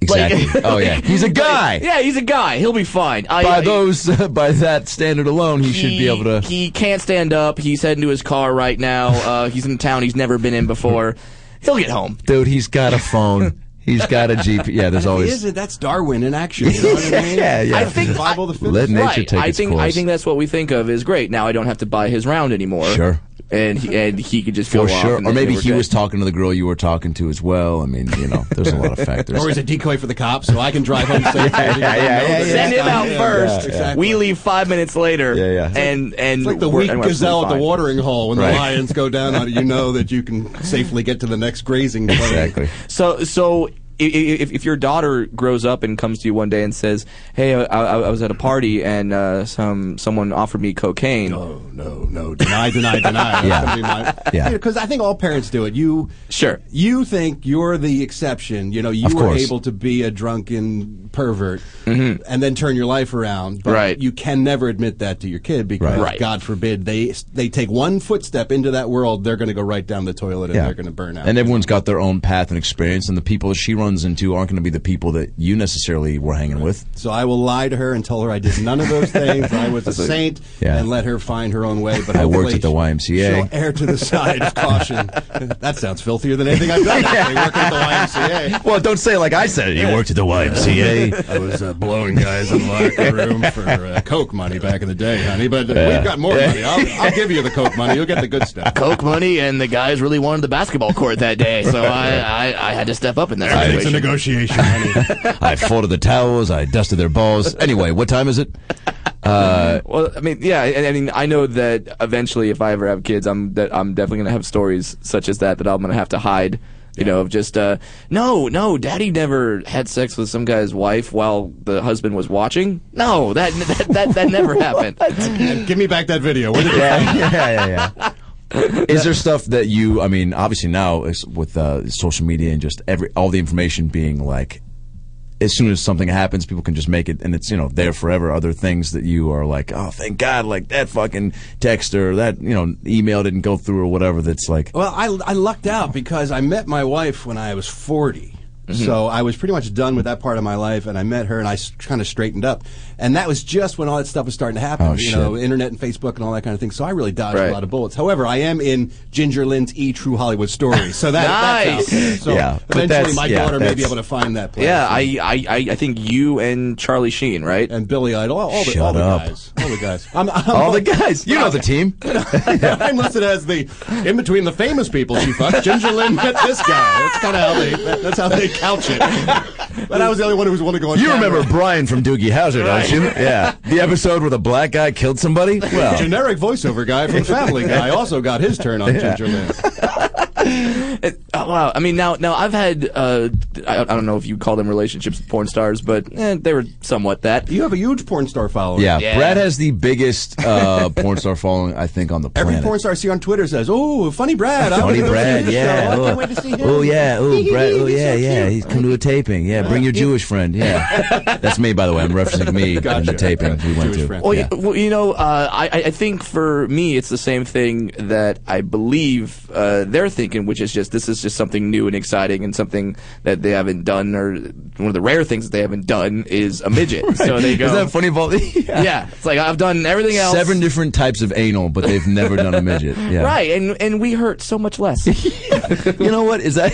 Speaker 4: Like-
Speaker 5: exactly. oh yeah, he's a guy.
Speaker 4: yeah, he's a guy. He'll be fine. I,
Speaker 5: By
Speaker 4: I-
Speaker 5: those, by that standard alone, he, should be able to.
Speaker 4: He can't stand up. He's heading to his car right now. Uh, he's in a town he's never been in before. He'll get home.
Speaker 5: dude, he's got a phone. he's got a GP. Yeah, there's
Speaker 7: If he
Speaker 5: always.
Speaker 7: isn't, that's Darwin in action. You know what I mean?
Speaker 5: Yeah, yeah.
Speaker 4: I think-
Speaker 7: Bible the fifth.
Speaker 5: Let nature
Speaker 4: right.
Speaker 5: take
Speaker 4: I
Speaker 5: its
Speaker 4: think
Speaker 5: course.
Speaker 4: I think that's what we think of is great. Now I don't have to buy his round anymore.
Speaker 5: Sure.
Speaker 4: And he, and he could just go
Speaker 5: for
Speaker 4: off
Speaker 5: sure,
Speaker 4: and
Speaker 5: or
Speaker 4: then
Speaker 5: maybe
Speaker 4: we're
Speaker 5: he
Speaker 4: good.
Speaker 5: was talking to the girl you were talking to as well. I mean, you know, there's a lot of factors.
Speaker 7: Or he's a decoy for the cops, so I can drive home safely. yeah,
Speaker 5: yeah, yeah, yeah.
Speaker 4: Send him out first.
Speaker 7: Exactly.
Speaker 4: We leave five minutes later.
Speaker 5: Yeah, yeah.
Speaker 4: And and
Speaker 7: It's like the
Speaker 4: we're-
Speaker 7: weak
Speaker 4: and we're
Speaker 7: gazelle at the
Speaker 4: fine.
Speaker 7: watering hole when
Speaker 5: Right.
Speaker 7: the lions go down on it. You know that you can safely get to the next grazing. Place.
Speaker 5: exactly.
Speaker 4: So so i- i- if, if your daughter grows up and comes to you one day and says, "Hey, I, I, I was at a party and uh, some someone offered me cocaine,"
Speaker 7: Oh no, no, deny, deny, deny.
Speaker 5: Yeah. Yeah.
Speaker 7: Because I think all parents do it. You
Speaker 4: Sure.
Speaker 7: You think you're the exception. You know, you
Speaker 5: Of
Speaker 7: were
Speaker 5: course. Mm-hmm.
Speaker 7: able to be a drunken pervert and then turn your life around. But
Speaker 4: Right.
Speaker 7: You can never admit that to your kid because,
Speaker 4: Right.
Speaker 7: God forbid, they they take one footstep into that world, they're going to go right down the toilet and they're going to burn out.
Speaker 5: And everyone's got their own path and experience, and the people she runs into aren't going to be the people that you necessarily were hanging with.
Speaker 7: so I will lie to her and tell her I did none of those things. I was a saint,
Speaker 5: Yeah.
Speaker 7: and let her find her own way. But
Speaker 5: I worked
Speaker 7: hopefully
Speaker 5: at the YMCA.
Speaker 7: She'll err to the side of caution. that sounds filthier than anything I've done. Actually, working at the YMCA.
Speaker 5: Well, don't say it like I said it. You worked at the YMCA.
Speaker 7: I was uh, blowing guys in the locker room for uh, coke money back in the day, honey. But uh, we've got more money. I'll, I'll give you the coke money. You'll get the good stuff.
Speaker 9: Coke money, and the guys really wanted the basketball court that day, so I, I, I had to step up in that
Speaker 7: Everything's a
Speaker 9: situation.
Speaker 7: negotiation, honey.
Speaker 5: I folded the towels. I dusted their balls. Anyway, what time is it?
Speaker 4: well, I mean, yeah, I, I mean, I know that eventually, if I ever have kids, I'm that I'm definitely gonna have stories such as that that I'm gonna have to hide. You know, of just uh, no, no, Daddy never had sex with some guy's wife while the husband was watching. No, that that that, that never happened.
Speaker 7: And give me back that video. Where did it-
Speaker 5: yeah, yeah, yeah. yeah. Is there stuff that you? I mean, obviously now it's with uh, social media and just every all the information being like, as soon as something happens, people can just make it, and it's you know there forever. Other things that you are like, oh, thank God, like that fucking text or that you know email didn't go through or whatever. That's like,
Speaker 7: Well, I, I lucked out because I met my wife when I was 40.
Speaker 5: Mm-hmm.
Speaker 7: So I was pretty much done with that part of my life, and I met her, and I kind of straightened up. And that was just when all that stuff was starting to happen,
Speaker 5: Oh,
Speaker 7: you
Speaker 5: shit.
Speaker 7: know, internet and Facebook and all that kind of thing. So I really dodged
Speaker 4: Right.
Speaker 7: a lot of bullets. However, I am in Ginger Lynn's E True Hollywood Story, so that, that's out.
Speaker 5: Nice.
Speaker 7: So
Speaker 5: Yeah, but
Speaker 7: eventually,
Speaker 5: that's-
Speaker 7: my
Speaker 5: yeah,
Speaker 7: daughter may be
Speaker 5: that's-
Speaker 7: able to find that place.
Speaker 4: Yeah, I, I, I I think you and Charlie Sheen, right?
Speaker 7: and Billy Idol, all, all the, all
Speaker 5: Shut
Speaker 7: the
Speaker 5: up.
Speaker 7: guys, all the guys. I'm, I'm
Speaker 5: all the guys, you know the team.
Speaker 7: I'm listed as the in between the famous people she fucked. Ginger Lynn met this guy. That's kind of how they. that- that's how they couch it. But I was the only one who was willing to go on.
Speaker 5: You
Speaker 7: camera.
Speaker 5: remember Brian from Doogie Howser, don't you? Yeah, the episode where the black guy killed somebody.
Speaker 7: The
Speaker 5: Well,
Speaker 7: generic voiceover guy from Family Guy also got his turn on Ginger Lynn.
Speaker 4: It- oh, wow. I mean, now, now I've had, uh, I, I don't know if you call them relationships with porn stars, but eh, they were somewhat that.
Speaker 7: You have a huge porn star following.
Speaker 5: yeah,
Speaker 9: Yeah.
Speaker 5: Brad has the biggest uh, porn star following I think on the planet.
Speaker 7: Every porn star I see on Twitter says, "Oh, funny Brad." I
Speaker 5: Tony
Speaker 7: wanna go
Speaker 5: Brad,
Speaker 7: see this
Speaker 5: yeah.
Speaker 7: show. I
Speaker 5: Oh,
Speaker 7: can't wait to see him.
Speaker 5: oh, yeah. Oh, Brad. Oh, yeah, yeah. He's come to a taping. Yeah, bring your Jewish friend. Yeah, that's me, by the way. I'm referencing me and the
Speaker 7: Gotcha.
Speaker 5: taping we went
Speaker 7: Jewish
Speaker 5: to.
Speaker 7: friend.
Speaker 4: Well,
Speaker 5: Yeah.
Speaker 4: y- well, you know, uh, I, I- I think for me, it's the same thing that I believe uh, they're thinking, which is just this is just something new and exciting and something that they haven't done, or one of the rare things that they haven't done is a midget. So they go,
Speaker 5: Isn't that funny, Paul? yeah.
Speaker 4: yeah, it's like I've done everything else.
Speaker 5: Seven different types of anal, but they've never done a midget. Yeah.
Speaker 4: Right, and and we hurt so much less.
Speaker 5: You know what? Is that?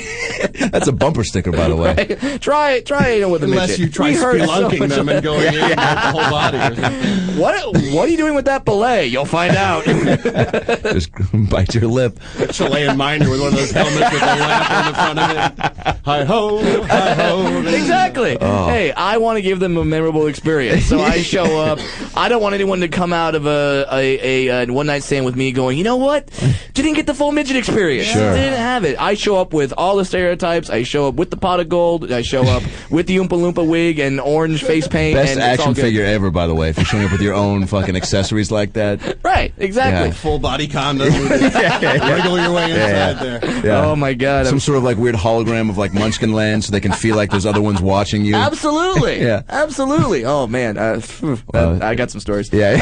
Speaker 5: that's a bumper sticker, by the way.
Speaker 4: try try anal with a midget.
Speaker 7: Unless you try
Speaker 4: we hurt so
Speaker 7: spelunking
Speaker 4: much
Speaker 7: them and going in with the whole body. Or something.
Speaker 4: What what are you doing with that belay? You'll find out.
Speaker 5: Just bite your lip.
Speaker 7: Chilean miner with one of those helmets with the lamp on the front of it. Hi ho, hi ho.
Speaker 4: exactly.
Speaker 5: Oh.
Speaker 4: Hey, I want to give them a memorable experience, so I show up. I don't want anyone to come out of a a, a, a one night stand with me going, you know what? Didn't get the full midget experience.
Speaker 5: Sure.
Speaker 4: Didn't have it. I show up with all the stereotypes. I show up with the pot of gold. I show up with the Oompa Loompa wig and orange face paint.
Speaker 5: Best
Speaker 4: and it's all
Speaker 5: action
Speaker 4: good.
Speaker 5: figure ever, by the way. If you're showing up with your own fucking accessories like that.
Speaker 4: Right. Exactly.
Speaker 5: Yeah.
Speaker 7: full body condom. Wiggle your way inside there.
Speaker 5: Yeah.
Speaker 4: Oh my god.
Speaker 5: Some
Speaker 4: I'm-
Speaker 5: sort of like weird hologram of like Munchkin Land, so they can feel like there's other ones watching you.
Speaker 4: Absolutely.
Speaker 5: Yeah.
Speaker 4: Absolutely. Oh man, uh, phew, uh, I got some stories.
Speaker 5: Yeah.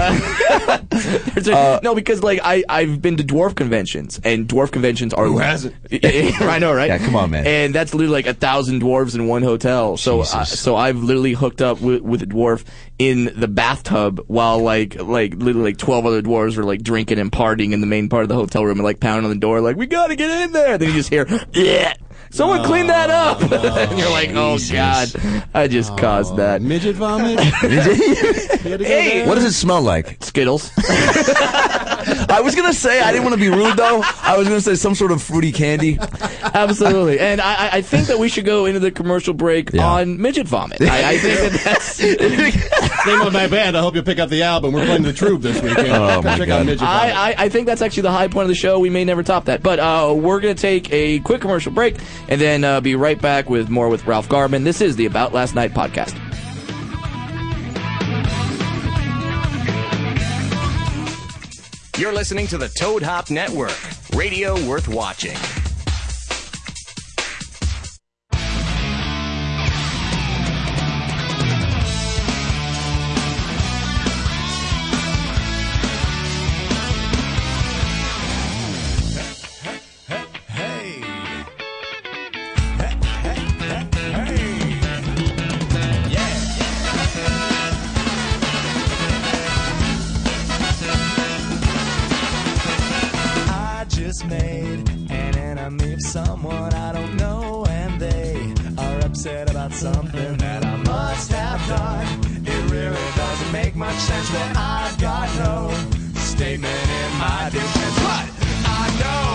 Speaker 4: There's a-
Speaker 5: Uh,
Speaker 4: no, because like I I've been to dwarf conventions and dwarf conventions are
Speaker 7: Who hasn't?
Speaker 4: I know, right?
Speaker 5: Yeah, come on, man.
Speaker 4: And that's literally like a thousand dwarves in one hotel. So I,
Speaker 5: Jesus.
Speaker 4: so I've literally hooked up with, with a dwarf in the bathtub while like like literally like twelve other dwarves were like drinking and partying in the main part of the hotel room and like pounding on the door like we gotta get in there. Then you just hear yeah. Someone clean that up. and you're like, oh god, I just caused that.
Speaker 7: Midget vomit?
Speaker 4: Hey,
Speaker 5: What does it smell like?
Speaker 4: Skittles.
Speaker 5: I was gonna say I didn't want to be rude though. I was gonna say some sort of fruity candy.
Speaker 4: Absolutely, and I, I- I think that we should go into the commercial break
Speaker 5: Yeah.
Speaker 4: on midget vomit. I, I think that that's.
Speaker 7: Name of my band. I hope you pick up the album. We're playing the Troop this weekend.
Speaker 5: Oh, my
Speaker 7: Check
Speaker 5: God.
Speaker 7: out Midget
Speaker 4: I,
Speaker 7: Vomit.
Speaker 4: I, I think that's actually the high point of the show. We may never top that, but uh, we're gonna take a quick commercial break, and then uh, be right back with more with Ralph Garman. This is the About Last Night podcast.
Speaker 2: You're listening to the Toad Hop Network, radio worth watching.
Speaker 1: I just made an enemy of someone I don't know, and they are upset about something that I must have done. It really doesn't make much sense that I've got no statement in my defense, but I know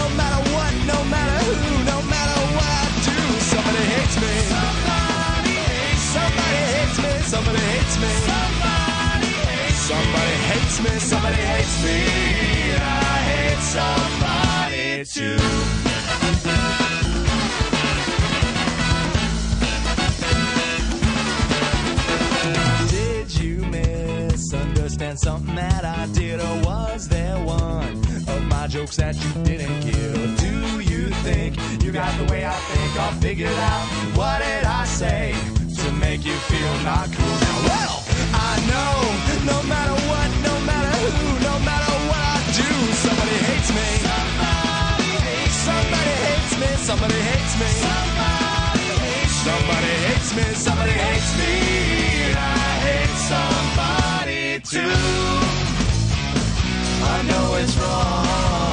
Speaker 1: no matter what, no matter who, no matter what I do, somebody hates me. Somebody hates Somebody hates me. Somebody hates me. Somebody hates me. Somebody hates me. Somebody hates me. I hate somebody too. Did you misunderstand something that I did, or was there one of my jokes that you didn't get? Or do you think you got the way I think? Or figured out what did I say to make you feel not cool? Now, well, I know no matter what, no matter who, no matter what I do, somebody hates me. Somebody hates Somebody hates me. Somebody hates me. Somebody hates me. Somebody hates me. Somebody hates me. I hate somebody too. I know it's wrong.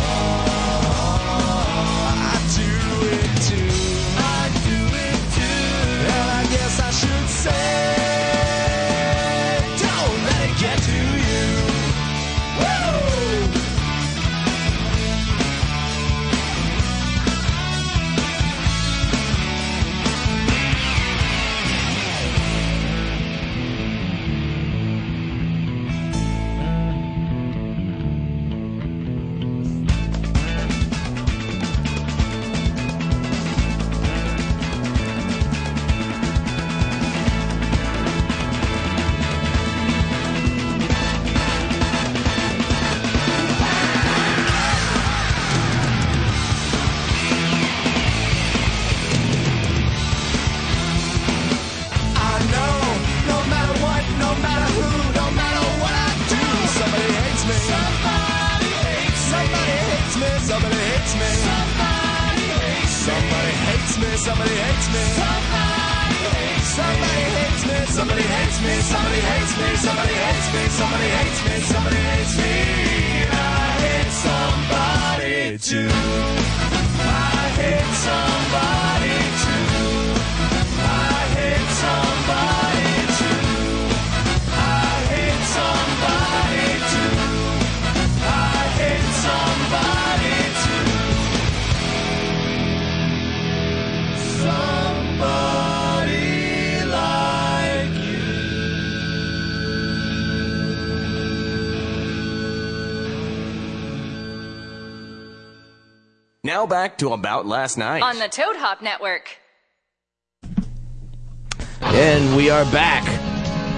Speaker 1: I do it too. I do it too. And I guess I should say, don't let it get to you. Woo! I know, no matter what, no matter who, no matter what I do, somebody hates me. Somebody hates Somebody hates me. Somebody hates me. Somebody hates Somebody hates me. Somebody hates me. Somebody hates Somebody hates me. Somebody hates me. Somebody hates me. Somebody hates me. Somebody hates me. Somebody hates me. I hate somebody too. I hate somebody too. I hate somebody too. I hate somebody too. I hate somebody too. Somebody like you.
Speaker 2: Now back to About Last Night.
Speaker 3: On the Toad Hop Network.
Speaker 4: And we are back.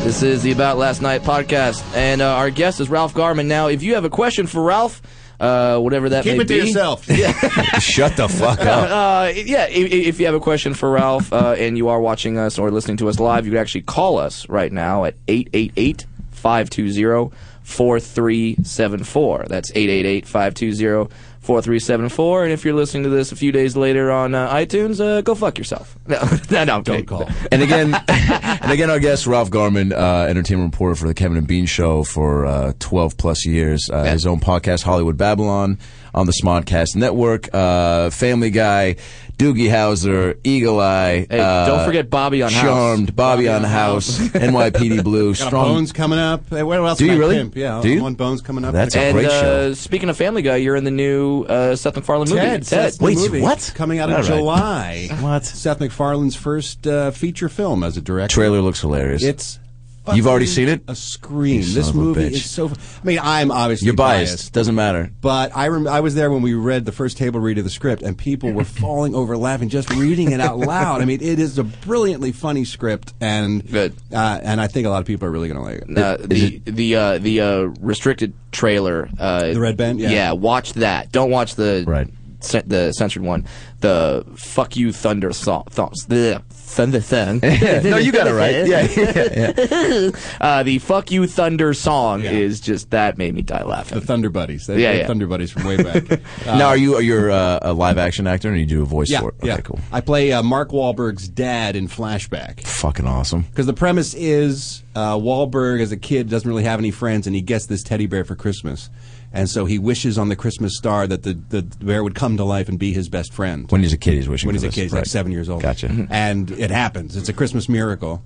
Speaker 4: This is the About Last Night podcast, and uh, our guest is Ralph Garman. Now, if you have a question for Ralph, uh, whatever that
Speaker 7: Keep
Speaker 4: may
Speaker 7: it to
Speaker 4: be,
Speaker 7: yourself.
Speaker 5: Shut the fuck up.
Speaker 4: Uh, yeah, if, if you have a question for Ralph uh, and you are watching us or listening to us live, you can actually call us right now at 888 520 4374. That's 888 520 4374. And if you're listening to this a few days later on uh, iTunes, uh, go fuck yourself. No, no, no don't
Speaker 7: call.
Speaker 5: And again, and again, our guest Ralph Garman, uh, entertainment reporter for the Kevin and Bean Show for uh, twelve plus years. Uh, His own podcast, Hollywood Babylon, on the Smodcast Network. Uh, Family Guy, Doogie Howser, Eagle Eye.
Speaker 4: Hey,
Speaker 5: uh,
Speaker 4: don't forget Bobby on House.
Speaker 5: Charmed, Bobby, on House, NYPD Blue,
Speaker 7: Got a
Speaker 5: Strong
Speaker 7: Bones coming up. Hey, where else
Speaker 5: Do
Speaker 7: am
Speaker 5: you
Speaker 7: I
Speaker 5: really?
Speaker 7: pimp? Yeah,
Speaker 5: Do you?
Speaker 7: I'm on Bones coming up.
Speaker 5: That's a
Speaker 4: And
Speaker 5: great
Speaker 4: uh,
Speaker 5: show.
Speaker 4: speaking of Family Guy, you're in the new uh, Seth MacFarlane movie.
Speaker 7: Ted. Seth's new
Speaker 5: Wait,
Speaker 7: movie
Speaker 5: what?
Speaker 7: Coming out in
Speaker 5: All right.
Speaker 7: July.
Speaker 5: What?
Speaker 7: Seth MacFarlane's first uh, feature film as a director.
Speaker 5: Trailer looks hilarious.
Speaker 7: It's
Speaker 5: You've already seen it?
Speaker 7: A scream.
Speaker 5: You son
Speaker 7: this
Speaker 5: of a
Speaker 7: movie
Speaker 5: bitch.
Speaker 7: is so. I mean, I'm obviously
Speaker 5: You're biased. Doesn't matter.
Speaker 7: But I rem- I was there when we read the first table read of the script, and people were falling over laughing just reading it out loud. I mean, it is a brilliantly funny script, and
Speaker 4: Good.
Speaker 7: Uh, and I think a lot of people are really going to like it.
Speaker 4: Uh, the the uh, the uh, restricted trailer, uh,
Speaker 7: The red band? Yeah.
Speaker 4: watch that. Don't watch the
Speaker 5: Right.
Speaker 4: cen- the censored one. The fuck you thunder song, thumps, the thunder thing. no,
Speaker 5: you got it right. Yeah, yeah,
Speaker 4: uh, the fuck you thunder song is just that made me die
Speaker 7: The
Speaker 4: laughing.
Speaker 7: Thunder Buddies. They're,
Speaker 4: Yeah,
Speaker 7: they're
Speaker 4: yeah.
Speaker 7: Thunder Buddies from way back. Uh,
Speaker 5: now, are you are you uh, a live action actor, and you do a voice
Speaker 7: yeah,
Speaker 5: for it? Okay,
Speaker 7: yeah.
Speaker 5: cool.
Speaker 7: I play uh, Mark Wahlberg's dad in Flashback.
Speaker 5: Fucking awesome.
Speaker 7: Because the premise is uh, Wahlberg, as a kid, doesn't really have any friends, and he gets this teddy bear for Christmas. And so he wishes on the Christmas star that the, the bear would come to life and be his best friend.
Speaker 5: When he's a kid, he's wishing.
Speaker 7: When he's
Speaker 5: for
Speaker 7: a
Speaker 5: this.
Speaker 7: kid, he's
Speaker 5: Right.
Speaker 7: like seven years old. Mm-hmm.
Speaker 5: Gotcha.
Speaker 7: And it happens. It's a Christmas miracle.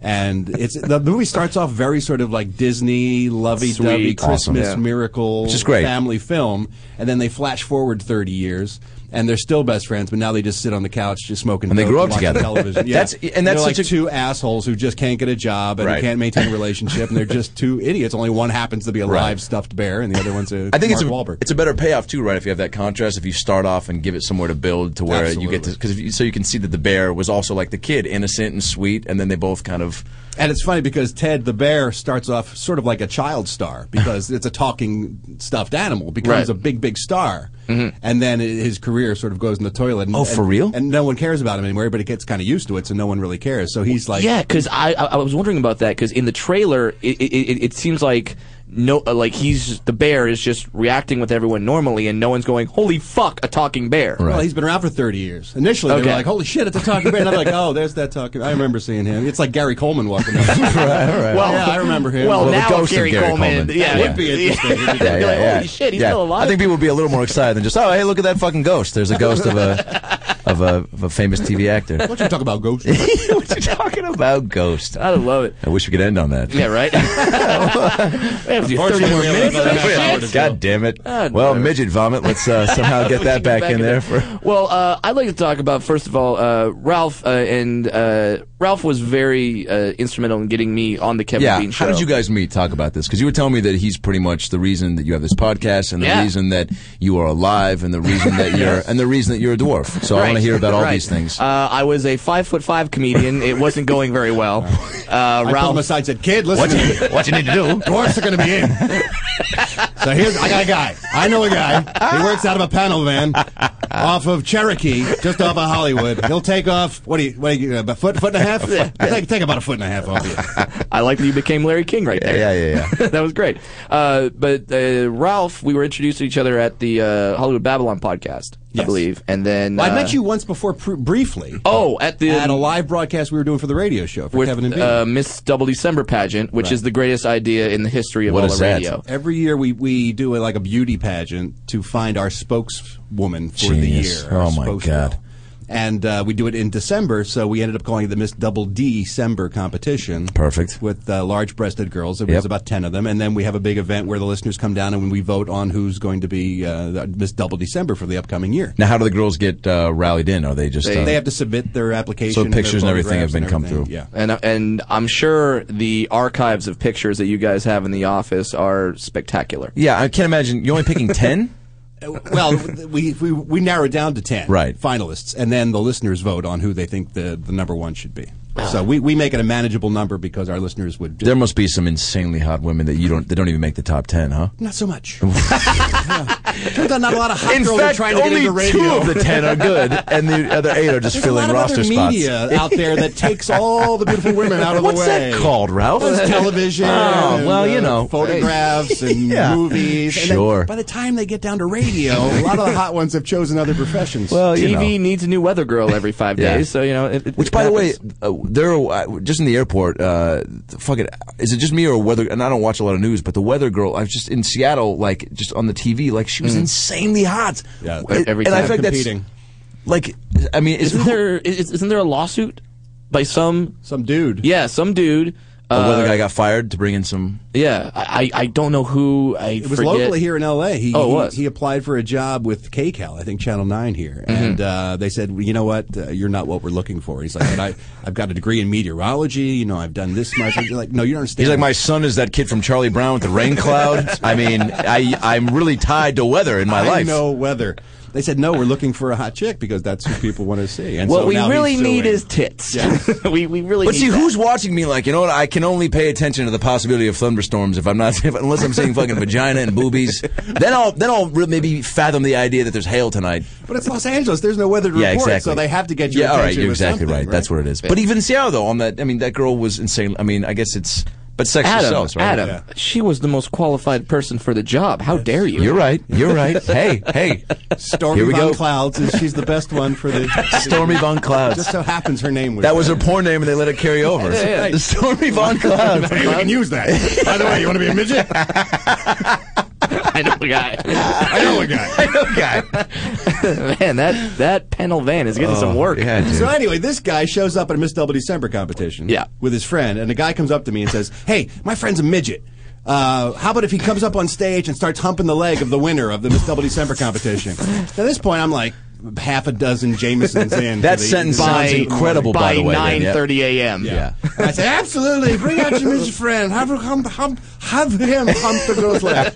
Speaker 7: And it's the movie starts off very sort of like Disney lovey-dovey
Speaker 4: Sweet.
Speaker 5: Awesome.
Speaker 7: Christmas
Speaker 5: Yeah.
Speaker 7: miracle,
Speaker 5: Which is great.
Speaker 7: family film, and then they flash forward thirty years, and they're still best friends, but now they just sit on the couch just smoking.
Speaker 5: And they
Speaker 7: dope
Speaker 5: grew up
Speaker 7: watching
Speaker 5: together.
Speaker 7: Television, yeah.
Speaker 5: That's- and that's
Speaker 7: They're
Speaker 5: such
Speaker 7: like
Speaker 5: a-
Speaker 7: two assholes who just can't get a job and
Speaker 5: Right.
Speaker 7: can't maintain a relationship, and they're just two idiots. Only one happens to be a
Speaker 5: Right.
Speaker 7: live stuffed bear, and the other one's a
Speaker 5: I think it's a
Speaker 7: Mark Wahlberg.
Speaker 5: it's a better payoff too, right? If you have that contrast, if you start off and give it somewhere to build to where you get to,
Speaker 7: Absolutely.
Speaker 5: because you, so you can see that the bear was also like the kid, innocent and sweet, and then they both kind of
Speaker 7: And it's funny because Ted the bear starts off sort of like a child star because it's a talking stuffed animal, becomes
Speaker 4: Right.
Speaker 7: a big, big star, and then i- his career sort of goes in the toilet. And,
Speaker 5: Oh, for
Speaker 7: and-
Speaker 5: real?
Speaker 7: And no one cares about him anymore. But it gets kind of used to it, so no one really cares. So he's like,
Speaker 4: Yeah, because I, I I was wondering about that because in the trailer it, it, it, it seems like no uh, like he's the bear is just reacting with everyone normally and no one's going holy fuck a talking bear
Speaker 7: Well, he's been around for 30 years. Initially, they
Speaker 4: Okay.
Speaker 7: were like, holy shit, it's a talking bear. And I'm like, oh, there's that talking I remember seeing him. It's like Gary Coleman walking down. right, right. Well, yeah, I remember him.
Speaker 4: Well,
Speaker 5: Well, the
Speaker 4: now
Speaker 5: ghost of
Speaker 4: Gary,
Speaker 5: Gary
Speaker 4: Coleman,
Speaker 5: Coleman.
Speaker 4: yeah,
Speaker 5: That
Speaker 7: would be interesting.
Speaker 4: Yeah.
Speaker 7: Yeah,
Speaker 4: You're like, Holy shit, he's
Speaker 5: Yeah.
Speaker 4: still alive.
Speaker 5: I think people would be a little more excited than just, oh, hey, look at that fucking ghost. There's a ghost of a of a, of a famous TV actor.
Speaker 7: why don't you talk about ghosts?
Speaker 5: what you talking about, ghost?
Speaker 4: I would love it.
Speaker 5: I wish we could end on that.
Speaker 4: Yeah, right. We have to do 30 more minutes of this shit.
Speaker 5: God damn it!
Speaker 4: God,
Speaker 5: well,
Speaker 4: whatever.
Speaker 5: midget vomit. Let's uh, somehow get
Speaker 4: We
Speaker 5: that
Speaker 4: should get
Speaker 5: back, in there for.
Speaker 4: Well, uh, I'd like to talk about first of all, uh, Ralph uh, and uh, Ralph was very uh, instrumental in getting me on the Kevin
Speaker 5: Yeah,
Speaker 4: Bean show.
Speaker 5: how did you guys meet? Talk about this because you were telling me that he's pretty much the reason that you have this podcast, and the
Speaker 4: Yeah.
Speaker 5: reason that you are alive, and the reason that you're and the reason that you're a dwarf. So I want to
Speaker 4: Right,
Speaker 5: hear about all
Speaker 4: right.
Speaker 5: these things.
Speaker 4: Uh, I was a five foot five comedian. It wasn't going very well. Uh,
Speaker 7: I pulled him
Speaker 4: Ralph,
Speaker 7: aside and said, kid, listen to me.
Speaker 9: what you need to do?
Speaker 7: Dwarfs are going to be in. so here's I got a guy. I know a guy. He works out of a panel van off of Cherokee, just off of Hollywood. He'll take off what do you, what do you a foot foot and a half? Take, take about a foot and a half off you.
Speaker 4: I like that you became Larry King right there.
Speaker 5: yeah, yeah, yeah.
Speaker 4: that was great. Uh, but uh, Ralph, we were introduced to each other at the uh, Hollywood Babylon podcast, I
Speaker 7: Yes.
Speaker 4: believe, and then
Speaker 7: Well, I
Speaker 4: uh,
Speaker 7: met you once before pr- briefly.
Speaker 4: Oh, at the
Speaker 7: at a live broadcast we were doing for the radio show for
Speaker 4: with,
Speaker 7: Kevin and Bean.
Speaker 4: uh, Miss Double December pageant, which is the greatest idea in the history of
Speaker 5: What
Speaker 4: all
Speaker 5: is
Speaker 4: the
Speaker 5: that?
Speaker 4: radio.
Speaker 7: Every year we, we do a, like a beauty pageant to find our spokeswoman for the
Speaker 5: Genius.
Speaker 7: year. our
Speaker 5: Oh, my
Speaker 7: spokesgirl.
Speaker 5: God.
Speaker 7: And uh, we do it in December, so we ended up calling it the Miss Double D December competition.
Speaker 5: Perfect.
Speaker 7: With uh, large-breasted girls, there
Speaker 5: Yep.
Speaker 7: was about ten of them, and then we have a big event where the listeners come down and we vote on who's going to be uh, the Miss Double December for the upcoming year.
Speaker 5: Now, how do the girls get uh, rallied in? Are they just uh,
Speaker 7: They have to submit their application.
Speaker 5: So
Speaker 7: and their
Speaker 5: pictures and everything have
Speaker 7: photographs
Speaker 5: been
Speaker 7: and
Speaker 5: come
Speaker 7: everything.
Speaker 5: through.
Speaker 7: Yeah.
Speaker 4: And uh, and I'm sure the archives of pictures that you guys have in the office are spectacular.
Speaker 5: Yeah, I can't imagine. You're only picking ten.
Speaker 7: Uh, well, we, we we narrowed down to ten
Speaker 5: Right.
Speaker 7: finalists, and then the listeners vote on who they think the, the number one should be.
Speaker 4: Ah.
Speaker 7: So we, we make it a manageable number because our listeners would
Speaker 5: There must be some insanely hot women that you don't that don't even make the top ten, huh?
Speaker 7: not so much. Yeah. Turns out not a lot of hot girls are trying to get
Speaker 5: only
Speaker 7: into radio.
Speaker 5: two of the ten are good, and the other eight are just
Speaker 7: There's a
Speaker 5: filling
Speaker 7: lot of
Speaker 5: roster
Speaker 7: other
Speaker 5: spots.
Speaker 7: media out there that takes all the beautiful women out of
Speaker 5: What's
Speaker 7: the way.
Speaker 5: that called, Ralph?
Speaker 7: There's television.
Speaker 5: Oh,
Speaker 7: and,
Speaker 5: well, you
Speaker 7: uh,
Speaker 5: know,
Speaker 7: photographs and
Speaker 5: Yeah.
Speaker 7: movies. And then
Speaker 5: Sure.
Speaker 7: by the time they get down to radio, a lot of the hot ones have chosen other professions.
Speaker 5: Well, you
Speaker 4: TV
Speaker 5: know.
Speaker 4: needs a new weather girl every five
Speaker 5: Yeah.
Speaker 4: days, so you know. It, it-
Speaker 5: Which,
Speaker 4: it
Speaker 5: by the way,
Speaker 4: happens.
Speaker 5: uh, there are, uh, just in the airport, uh, fucking, is it just me or weather? And I don't watch a lot of news, but the weather girl, I was just in Seattle, like just on the TV, like she was insanely hot.
Speaker 7: Mm. Yeah,
Speaker 5: And-
Speaker 4: every
Speaker 5: and I
Speaker 4: time
Speaker 5: feel like that's-
Speaker 7: competing.
Speaker 5: like, I mean, is
Speaker 4: isn't there is, isn't there a lawsuit by some
Speaker 7: some dude.
Speaker 4: yeah some dude uh,
Speaker 7: Uh,
Speaker 5: Or whether the guy got fired to bring in some.
Speaker 4: Yeah, I, I I don't know who I
Speaker 7: It was
Speaker 4: forget.
Speaker 7: locally here in L.A. He,
Speaker 4: Oh, it
Speaker 7: he-
Speaker 4: was.
Speaker 7: He, applied for a job with KCAL, I think Channel Nine here,
Speaker 5: Mm-hmm.
Speaker 7: and uh, they said, well, you know what, uh, you're not what we're looking for. He's like, but I, I've got a degree in meteorology. You know, I've done this much. He's like, no, you don't understand.
Speaker 5: He's like, my son is that kid from Charlie Brown with the rain cloud. I mean, I I'm really tied to weather in my
Speaker 7: I
Speaker 5: life.
Speaker 7: know weather. They said, no, we're looking for a hot chick because that's who people want to see. And
Speaker 4: what
Speaker 7: so
Speaker 4: we
Speaker 7: now
Speaker 4: really
Speaker 7: he's
Speaker 4: need
Speaker 7: suing.
Speaker 4: is tits. we we really.
Speaker 5: But
Speaker 4: need
Speaker 5: see,
Speaker 4: that.
Speaker 5: who's watching me? Like, you know what? I can only pay attention to the possibility of thunderstorms if I'm not, if, unless I'm seeing fucking vagina and boobies. Then I'll then I'll re- maybe fathom the idea that there's hail tonight.
Speaker 7: But it's Los Angeles. There's no weather to
Speaker 5: Yeah,
Speaker 7: report,
Speaker 5: exactly.
Speaker 7: so they have to get your
Speaker 5: yeah, all
Speaker 7: attention.
Speaker 5: right, you're
Speaker 7: with
Speaker 5: exactly
Speaker 7: something,
Speaker 5: right. That's what it is. But even Seattle, though, on that, I mean, that girl was insane. I mean, I guess it's but sex
Speaker 4: Adam?
Speaker 5: sells, right?
Speaker 4: Adam,
Speaker 7: Yeah.
Speaker 4: she was the most qualified person for the job. How dare you?
Speaker 5: You're right. You're right. Hey, hey,
Speaker 7: Stormy
Speaker 5: Here we
Speaker 7: Von
Speaker 5: go.
Speaker 7: Clouds is she's the best one for the
Speaker 5: Stormy Von Clouds.
Speaker 7: Just so happens her name was
Speaker 5: That was her porn name, and they let it carry over.
Speaker 4: Yeah, yeah.
Speaker 5: Stormy Von Clouds.
Speaker 6: Hey, we can use that. By the way, you want to be a midget?
Speaker 9: I know the guy.
Speaker 6: I know a guy.
Speaker 5: okay.
Speaker 4: Man, that that panel van is getting some work.
Speaker 5: Oh, Yeah, dude.
Speaker 7: So anyway, this guy shows up at a Miss Double December competition
Speaker 4: Yeah.
Speaker 7: with his friend, and the guy comes up to me and says, "Hey, my friend's a midget. Uh, how about if he comes up on stage and starts humping the leg of the winner of the Miss Double December competition?" At this point, I'm like half a dozen Jamesons in.
Speaker 5: That
Speaker 7: to the-
Speaker 5: sentence
Speaker 7: By-
Speaker 5: sounds incredible. By,
Speaker 9: By
Speaker 5: the way, then,
Speaker 9: nine
Speaker 5: yeah.
Speaker 9: thirty a.m.
Speaker 7: Yeah. And I say, absolutely. Bring out your midget friend. Have her hump, hump, have him hump the girl's leg.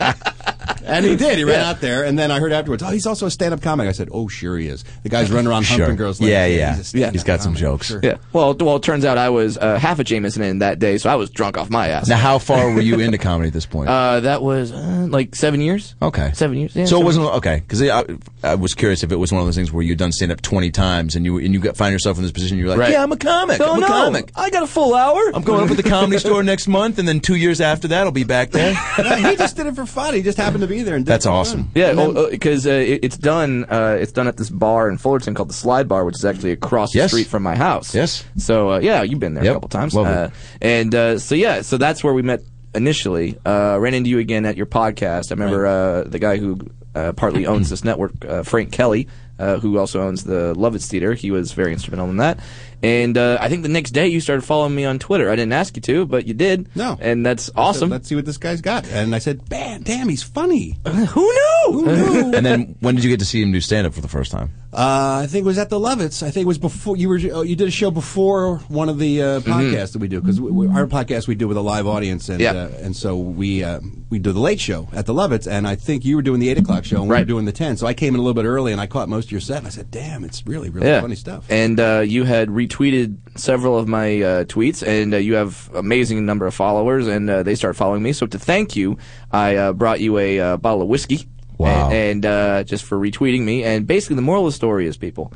Speaker 7: And he did. He ran out there, and then I heard afterwards, "Oh, he's also a stand-up comic." I said, "Oh, sure he is." The guy's running around
Speaker 5: Sure.
Speaker 7: humping girls' legs.
Speaker 5: Yeah,
Speaker 7: He's,
Speaker 5: yeah.
Speaker 7: a stand-up
Speaker 5: He's got some
Speaker 7: comic,
Speaker 5: jokes.
Speaker 7: sure.
Speaker 4: Yeah. Well, well, it turns out I was uh, half a Jameson in that day, so I was drunk off my ass.
Speaker 5: Now, how far were you into comedy at this point?
Speaker 4: Uh, that was uh, like seven years.
Speaker 5: okay,
Speaker 4: seven years. Yeah,
Speaker 5: so it
Speaker 4: seven-
Speaker 5: wasn't okay because I, I was curious if it was one of those things where you'd done stand up twenty times and you and you got, find yourself in this position. You're like,
Speaker 4: Right.
Speaker 5: yeah, I'm a comic.
Speaker 4: No,
Speaker 5: I'm a
Speaker 4: no,
Speaker 5: comic.
Speaker 4: I got a full hour.
Speaker 5: I'm going up at the comedy store next month, and then two years after that, I'll be back there.
Speaker 7: No, he just did it for fun. He just happened to be there and did
Speaker 5: That's
Speaker 7: it for
Speaker 5: awesome.
Speaker 7: fun.
Speaker 4: Yeah, because uh, it, it's done. Uh, it's done at this bar in Fullerton called the Slide Bar, which is actually across the
Speaker 5: Yes.
Speaker 4: street from my house.
Speaker 5: Yes.
Speaker 4: So uh, yeah, you've been there
Speaker 5: Yep.
Speaker 4: a couple times.
Speaker 5: Love it.
Speaker 4: Uh, and uh, so yeah, so that's where we met initially. Uh, ran into you again at your podcast. I remember uh, the guy who uh, partly owns this network, uh, Frank Kelly, uh, who also owns the Lovitz Theater. He was very instrumental in that. And uh, I think the next day you started following me on Twitter. I didn't ask you to, but you did.
Speaker 7: No.
Speaker 4: And that's
Speaker 7: So
Speaker 4: awesome.
Speaker 7: let's see what this guy's got. And I said, man, damn, he's funny. Uh,
Speaker 4: who knew?
Speaker 5: and then, when did you get to see him do stand up for the first time?
Speaker 7: Uh, I think it was at the Lovitz. I think it was before you were. Oh, you did a show before one of the uh, podcasts that we do because our podcast we do with a live audience, and
Speaker 4: Mm-hmm. Yeah.
Speaker 7: uh, and so we uh, we do the late show at the Lovitz, and I think you were doing the eight o'clock show and we
Speaker 4: Right.
Speaker 7: were doing the ten. So I came in a little bit early and I caught most of your set. And I said, damn, it's really really funny stuff.
Speaker 4: And uh, you had retweeted several of my uh, tweets, and uh, you have amazing number of followers, and uh, they start following me. So to thank you, I uh, brought you a uh, bottle of whiskey.
Speaker 5: Wow.
Speaker 4: A- And, uh, just for retweeting me, and basically the moral of the story is, people,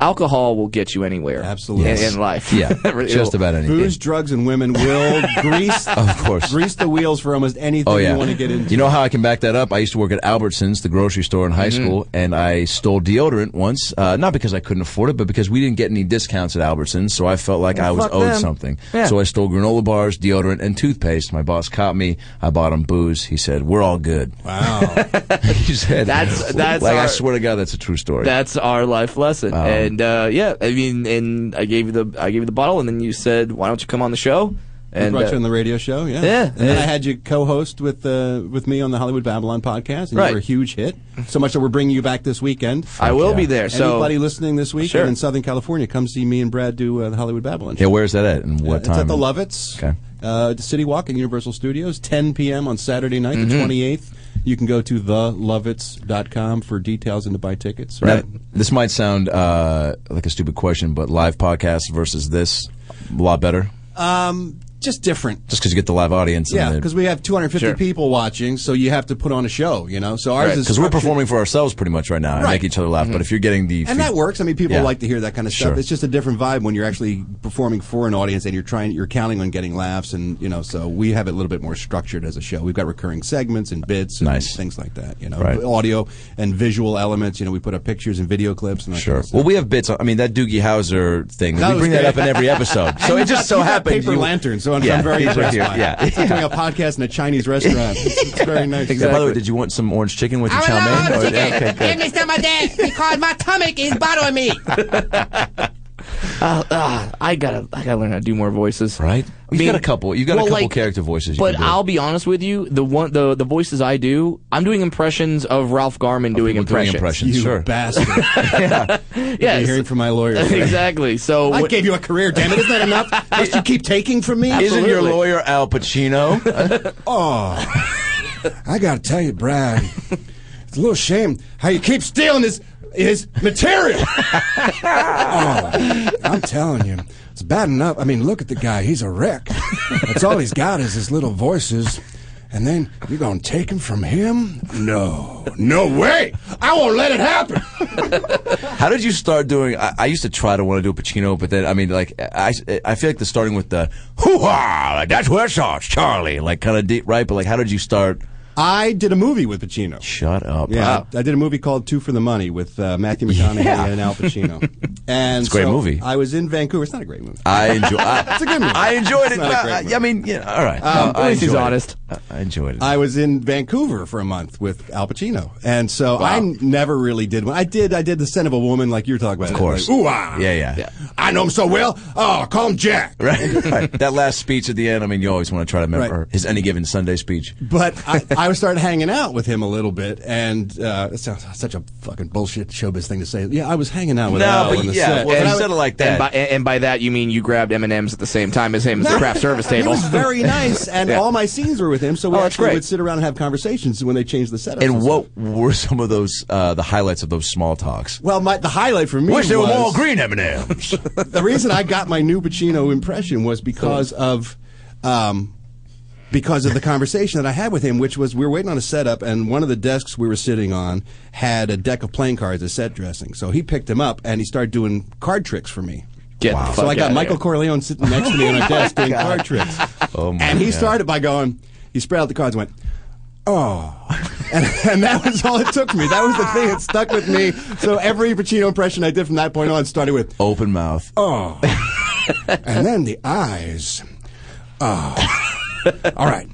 Speaker 4: alcohol will get you anywhere.
Speaker 7: Absolutely.
Speaker 4: In,
Speaker 7: Yes.
Speaker 4: in life.
Speaker 5: Yeah,
Speaker 4: It'll-
Speaker 5: just about anything.
Speaker 7: Booze, drugs, and women will grease
Speaker 4: Uh-huh.
Speaker 5: Of course.
Speaker 7: grease the wheels for almost anything
Speaker 5: Oh yeah.
Speaker 7: you want to get into.
Speaker 5: You know how I can back that up? I used to work at Albertsons, the grocery store in high
Speaker 7: Mm-hmm.
Speaker 5: school, and I stole deodorant once. Uh, not because I couldn't afford it, but because we didn't get any discounts at Albertsons, so I felt like I was
Speaker 4: fuck
Speaker 5: owed
Speaker 4: them.
Speaker 5: something.
Speaker 4: Yeah.
Speaker 5: So I stole granola bars, deodorant, and toothpaste. My boss caught me. I bought him booze. He said, "We're all good."
Speaker 7: Wow.
Speaker 5: he said,
Speaker 4: That's- that's
Speaker 5: like I
Speaker 4: our-
Speaker 5: swear to God, that's a true story.
Speaker 4: That's our life lesson. and uh, yeah, I mean, and I gave you the I gave you the bottle, and then you said, "Why don't you come on the show?"
Speaker 7: I
Speaker 4: And
Speaker 7: brought
Speaker 4: uh,
Speaker 7: you on the radio show, yeah.
Speaker 4: Yeah.
Speaker 7: And then I had you co-host with uh, with me on the Hollywood Babylon podcast, and
Speaker 4: Right.
Speaker 7: you were a huge hit. So much that we're bringing you back this weekend.
Speaker 4: I will
Speaker 5: yeah.
Speaker 4: be there. So
Speaker 7: Anybody listening this weekend
Speaker 4: Sure.
Speaker 7: in Southern California, come see me and Brad do uh, the Hollywood Babylon.
Speaker 5: yeah,
Speaker 7: show.
Speaker 5: where's that at, and what
Speaker 7: it's
Speaker 5: time?
Speaker 7: at the Lovitz,
Speaker 5: Okay.
Speaker 7: uh, the City Walk at Universal Studios, 10 p.m. on Saturday night,
Speaker 4: Mm-hmm.
Speaker 7: the 28th. You can go to thelovitz.com for details and to buy tickets.
Speaker 5: Now,
Speaker 7: Right.
Speaker 5: this might sound uh, like a stupid question, but live podcast versus this, a lot better.
Speaker 7: Um, just different.
Speaker 5: Just because you get the live audience. and
Speaker 7: Yeah,
Speaker 5: the-
Speaker 7: because we have 250
Speaker 4: Sure.
Speaker 7: people watching, so you have to put on a show, you know. So ours
Speaker 4: Right,
Speaker 7: is
Speaker 5: because we're
Speaker 7: structured-
Speaker 5: performing for ourselves pretty much right now and
Speaker 7: Right.
Speaker 5: make each other laugh. But if you're getting the
Speaker 7: and
Speaker 5: feed-
Speaker 7: that works. I mean, people
Speaker 5: Yeah.
Speaker 7: like to hear that kind of
Speaker 5: Sure.
Speaker 7: stuff. It's just a different vibe when you're actually performing for an audience and you're trying, you're counting on getting laughs, and you know. So we have it a little bit more structured as a show. We've got recurring segments and bits, and
Speaker 5: Nice.
Speaker 7: things like that. You know,
Speaker 5: Right.
Speaker 7: audio and visual elements. You know, we put up pictures and video clips. And that
Speaker 5: sure.
Speaker 7: Kind of stuff.
Speaker 5: Well, we have bits. on- I mean, that Doogie Hauser thing.
Speaker 7: That
Speaker 5: we
Speaker 7: was
Speaker 5: bring that
Speaker 7: great.
Speaker 5: up in every episode. So it just so
Speaker 7: You've got
Speaker 5: happens.
Speaker 7: paper
Speaker 5: you-
Speaker 7: lanterns, so I'm,
Speaker 5: Yeah,
Speaker 7: I'm very
Speaker 5: these right
Speaker 7: impressed
Speaker 5: here.
Speaker 7: by it.
Speaker 5: Yeah.
Speaker 7: It's like doing a podcast in a Chinese restaurant. It's, it's very nice.
Speaker 5: Yeah, by the way, did you want some orange chicken with
Speaker 8: I
Speaker 5: your chow mein?
Speaker 8: want to
Speaker 5: Oh, yeah,
Speaker 8: chicken.
Speaker 5: okay,
Speaker 8: Give me some of that because my stomach is bothering me.
Speaker 4: Uh, uh, I gotta, I gotta learn how to do more voices,
Speaker 5: Right? You've got a couple- you've got a couple character voices you
Speaker 4: But
Speaker 5: can do.
Speaker 4: I'll be honest with you, the one, the the voices I do, I'm doing impressions of Ralph Garman doing
Speaker 5: people doing
Speaker 4: impressions.
Speaker 5: impressions.
Speaker 7: You
Speaker 5: Sure.
Speaker 7: bastard.
Speaker 4: Yes.
Speaker 7: You're hearing from my lawyer.
Speaker 4: exactly. So
Speaker 7: I
Speaker 4: what-
Speaker 7: gave you a career, damn it. Isn't that enough? Must you keep taking from me?
Speaker 5: Isn't your lawyer Al Pacino?
Speaker 7: Oh, I gotta tell you, Brad, it's a little shame how you keep stealing his his material. oh, I'm telling you, it's bad enough. I mean, look at the guy; he's a wreck. That's all he's got is his little voices. And then you're gonna take him from him? No, no way! I won't let it happen.
Speaker 5: How did you start doing? I, I used to try to want to do a Pacino, but then I mean, like I, I feel like the starting with the hoo ha, like, that's where it starts, Charlie, like kind of deep, right? But like, how did you start?
Speaker 7: I did a movie with Pacino.
Speaker 5: Shut up.
Speaker 7: Yeah,
Speaker 5: Wow.
Speaker 7: I, I did a movie called Two for the Money with uh, Matthew McConaughey and Al Pacino. And
Speaker 5: It's a great
Speaker 7: so
Speaker 5: movie.
Speaker 7: I was in Vancouver. It's not a great movie.
Speaker 5: I enjoy. I,
Speaker 7: It's a good movie.
Speaker 5: I enjoyed
Speaker 7: It's
Speaker 5: it.
Speaker 7: not a
Speaker 5: I-
Speaker 7: great
Speaker 5: I,
Speaker 7: movie.
Speaker 5: I mean, yeah, all right.
Speaker 7: Um,
Speaker 5: I- I
Speaker 4: at least he's
Speaker 5: enjoyed it.
Speaker 4: honest.
Speaker 5: I, I enjoyed it.
Speaker 7: I was in Vancouver for a month with Al Pacino, and so I n- never really did one. I did, I did the scent of a woman, like you were talking about.
Speaker 5: of course.
Speaker 7: Like, Ooh, ah.
Speaker 5: Yeah, yeah.
Speaker 7: I know him so well. Oh, call him Jack.
Speaker 5: Right, right. That last speech at the end. I mean, you always want to try to remember
Speaker 7: Right.
Speaker 5: his any given Sunday speech.
Speaker 7: But I, I started hanging out with him a little bit, and uh, it sounds such a fucking bullshit showbiz thing to say. Yeah, I was hanging out with
Speaker 5: No,
Speaker 7: Al
Speaker 5: but uh,
Speaker 7: on the
Speaker 5: yeah,
Speaker 7: set.
Speaker 5: well,
Speaker 7: And
Speaker 5: you
Speaker 7: I-
Speaker 5: said it like
Speaker 4: And
Speaker 5: that.
Speaker 4: by, and by that you mean you grabbed M and M's at the same time as him at the craft service
Speaker 7: He
Speaker 4: table.
Speaker 7: was very nice, and all my scenes were with him, so we
Speaker 4: Oh, that's
Speaker 7: actually
Speaker 4: great.
Speaker 7: would sit around and have conversations when they changed the setup.
Speaker 5: and what were some of those uh, the highlights of those small talks?
Speaker 7: Well, my, the highlight for me
Speaker 5: Wish
Speaker 7: was
Speaker 5: they were more green M and M's.
Speaker 7: the reason I got my new Pacino impression was because of, um, because of the conversation that I had with him, which was we were waiting on a setup, and one of the desks we were sitting on had a deck of playing cards as set dressing. So he picked him up and he started doing card tricks for me.
Speaker 4: Get the
Speaker 7: So
Speaker 4: fuck
Speaker 7: I got
Speaker 4: outta
Speaker 7: Michael
Speaker 4: here.
Speaker 7: Corleone sitting next to me on a desk doing card tricks.
Speaker 5: Oh, my
Speaker 7: and he
Speaker 5: God.
Speaker 7: started by going, he spread out the cards and went, oh. And, and that was all it took for me. That was the thing that stuck with me. So every Pacino impression I did from that point on started with,
Speaker 5: Open mouth.
Speaker 7: Oh.
Speaker 5: Uh,
Speaker 7: and then the eyes. Oh. All right.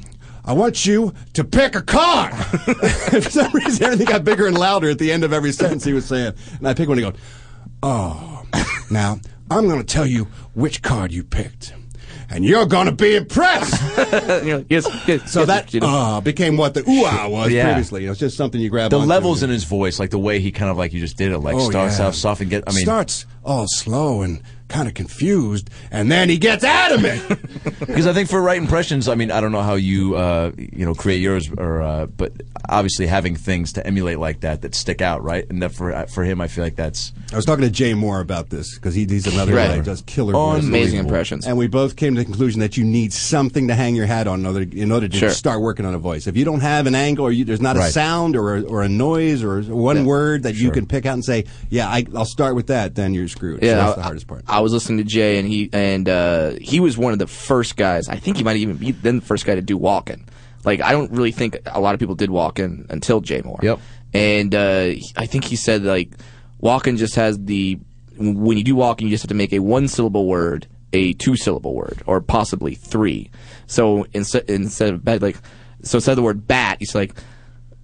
Speaker 7: I want you to pick a card. For some reason, everything got bigger and louder at the end of every sentence he was saying. And I pick one and go, Oh. Now, I'm going to tell you which card you picked. And you're going to be impressed.
Speaker 4: Uh, You know, yes, yes,
Speaker 7: So
Speaker 4: yes,
Speaker 7: that
Speaker 4: you know.
Speaker 7: uh, became what the ooh ah was
Speaker 5: Yeah.
Speaker 7: previously. It was just something you grabbed
Speaker 5: the
Speaker 7: onto.
Speaker 5: levels in his voice, like the way he kind of like you just did it, like
Speaker 7: Oh,
Speaker 5: starts
Speaker 7: yeah.
Speaker 5: off soft and get. I mean,
Speaker 7: starts all slow and kind of confused, and then he gets adamant.
Speaker 5: because I think for right impressions, I mean, I don't know how you uh, you know create yours, or uh, but obviously having things to emulate like that that stick out, right? And that for for him, I feel like that's
Speaker 7: I was talking to Jay Moore about this because he, he's another guy
Speaker 4: Right.
Speaker 7: that does killer voices.
Speaker 4: amazing impressions.
Speaker 7: And we both came to the conclusion that you need something to hang your hat on in order, in order to
Speaker 4: Sure.
Speaker 7: start working on a voice. If you don't have an angle or you, there's not a
Speaker 5: Right.
Speaker 7: sound or a, or a noise or one word that you
Speaker 5: Sure.
Speaker 7: can pick out and say, yeah, I, I'll start with that, then you're screwed. So
Speaker 4: Yeah,
Speaker 7: that's
Speaker 4: I,
Speaker 7: the hardest part.
Speaker 4: I was listening to Jay, and he and uh, he was one of the first guys. I think he might even be then the first guy to do walking. Like I don't really think a lot of people did walking until Jay Moore.
Speaker 5: Yep.
Speaker 4: And uh, he- I think he said like walking just has the when you do walking, you just have to make a one syllable word, a two syllable word, or possibly three. So instead instead of bat, like so instead of the word bat, you say like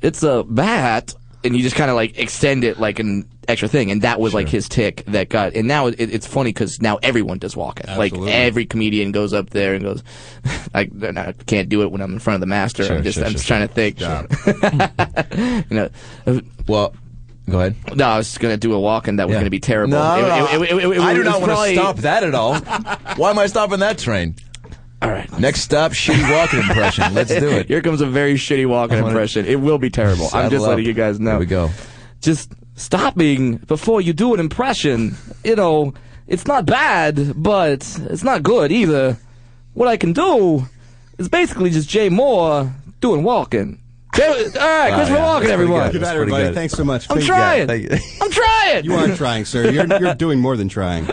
Speaker 4: it's a bat and you just kind of like extend it like an extra thing and that was like his tick that got and now it, it's funny because now everyone does walk it
Speaker 7: Absolutely.
Speaker 4: like every comedian goes up there and goes I, I can't do it when i'm in front of the master i'm just
Speaker 5: sure,
Speaker 4: i'm
Speaker 5: sure,
Speaker 4: just trying to think you know uh,
Speaker 5: well. Go ahead.
Speaker 4: no i was gonna do a walk and that was
Speaker 5: Yeah.
Speaker 4: gonna be terrible
Speaker 5: No,
Speaker 4: It-
Speaker 5: no,
Speaker 4: it- it- it- it-
Speaker 5: I do
Speaker 4: it
Speaker 5: not
Speaker 4: was
Speaker 5: want
Speaker 4: probably-
Speaker 5: to stop that at all. Why am I stopping that train?
Speaker 4: all right
Speaker 5: Next stop, shitty walking impression. Let's do it.
Speaker 4: here comes a very shitty walking impression it will be terrible i'm
Speaker 5: Saddle
Speaker 4: just
Speaker 5: up.
Speaker 4: letting you guys know
Speaker 5: Here we go.
Speaker 4: just stopping before you do an impression. You know, it's not bad, but it's not good either. What I can do is basically just Jay Moore doing walking. Jay, all right,
Speaker 5: Oh,
Speaker 4: Christopher
Speaker 5: yeah.
Speaker 4: Walken,
Speaker 5: That's
Speaker 4: everyone.
Speaker 5: pretty
Speaker 7: Good
Speaker 5: That's
Speaker 7: night, everybody.
Speaker 5: good.
Speaker 7: Thanks so much.
Speaker 4: I'm
Speaker 7: Thank-
Speaker 4: trying.
Speaker 5: thank you.
Speaker 4: I'm trying.
Speaker 7: You are trying, sir. You're, you're doing more than trying.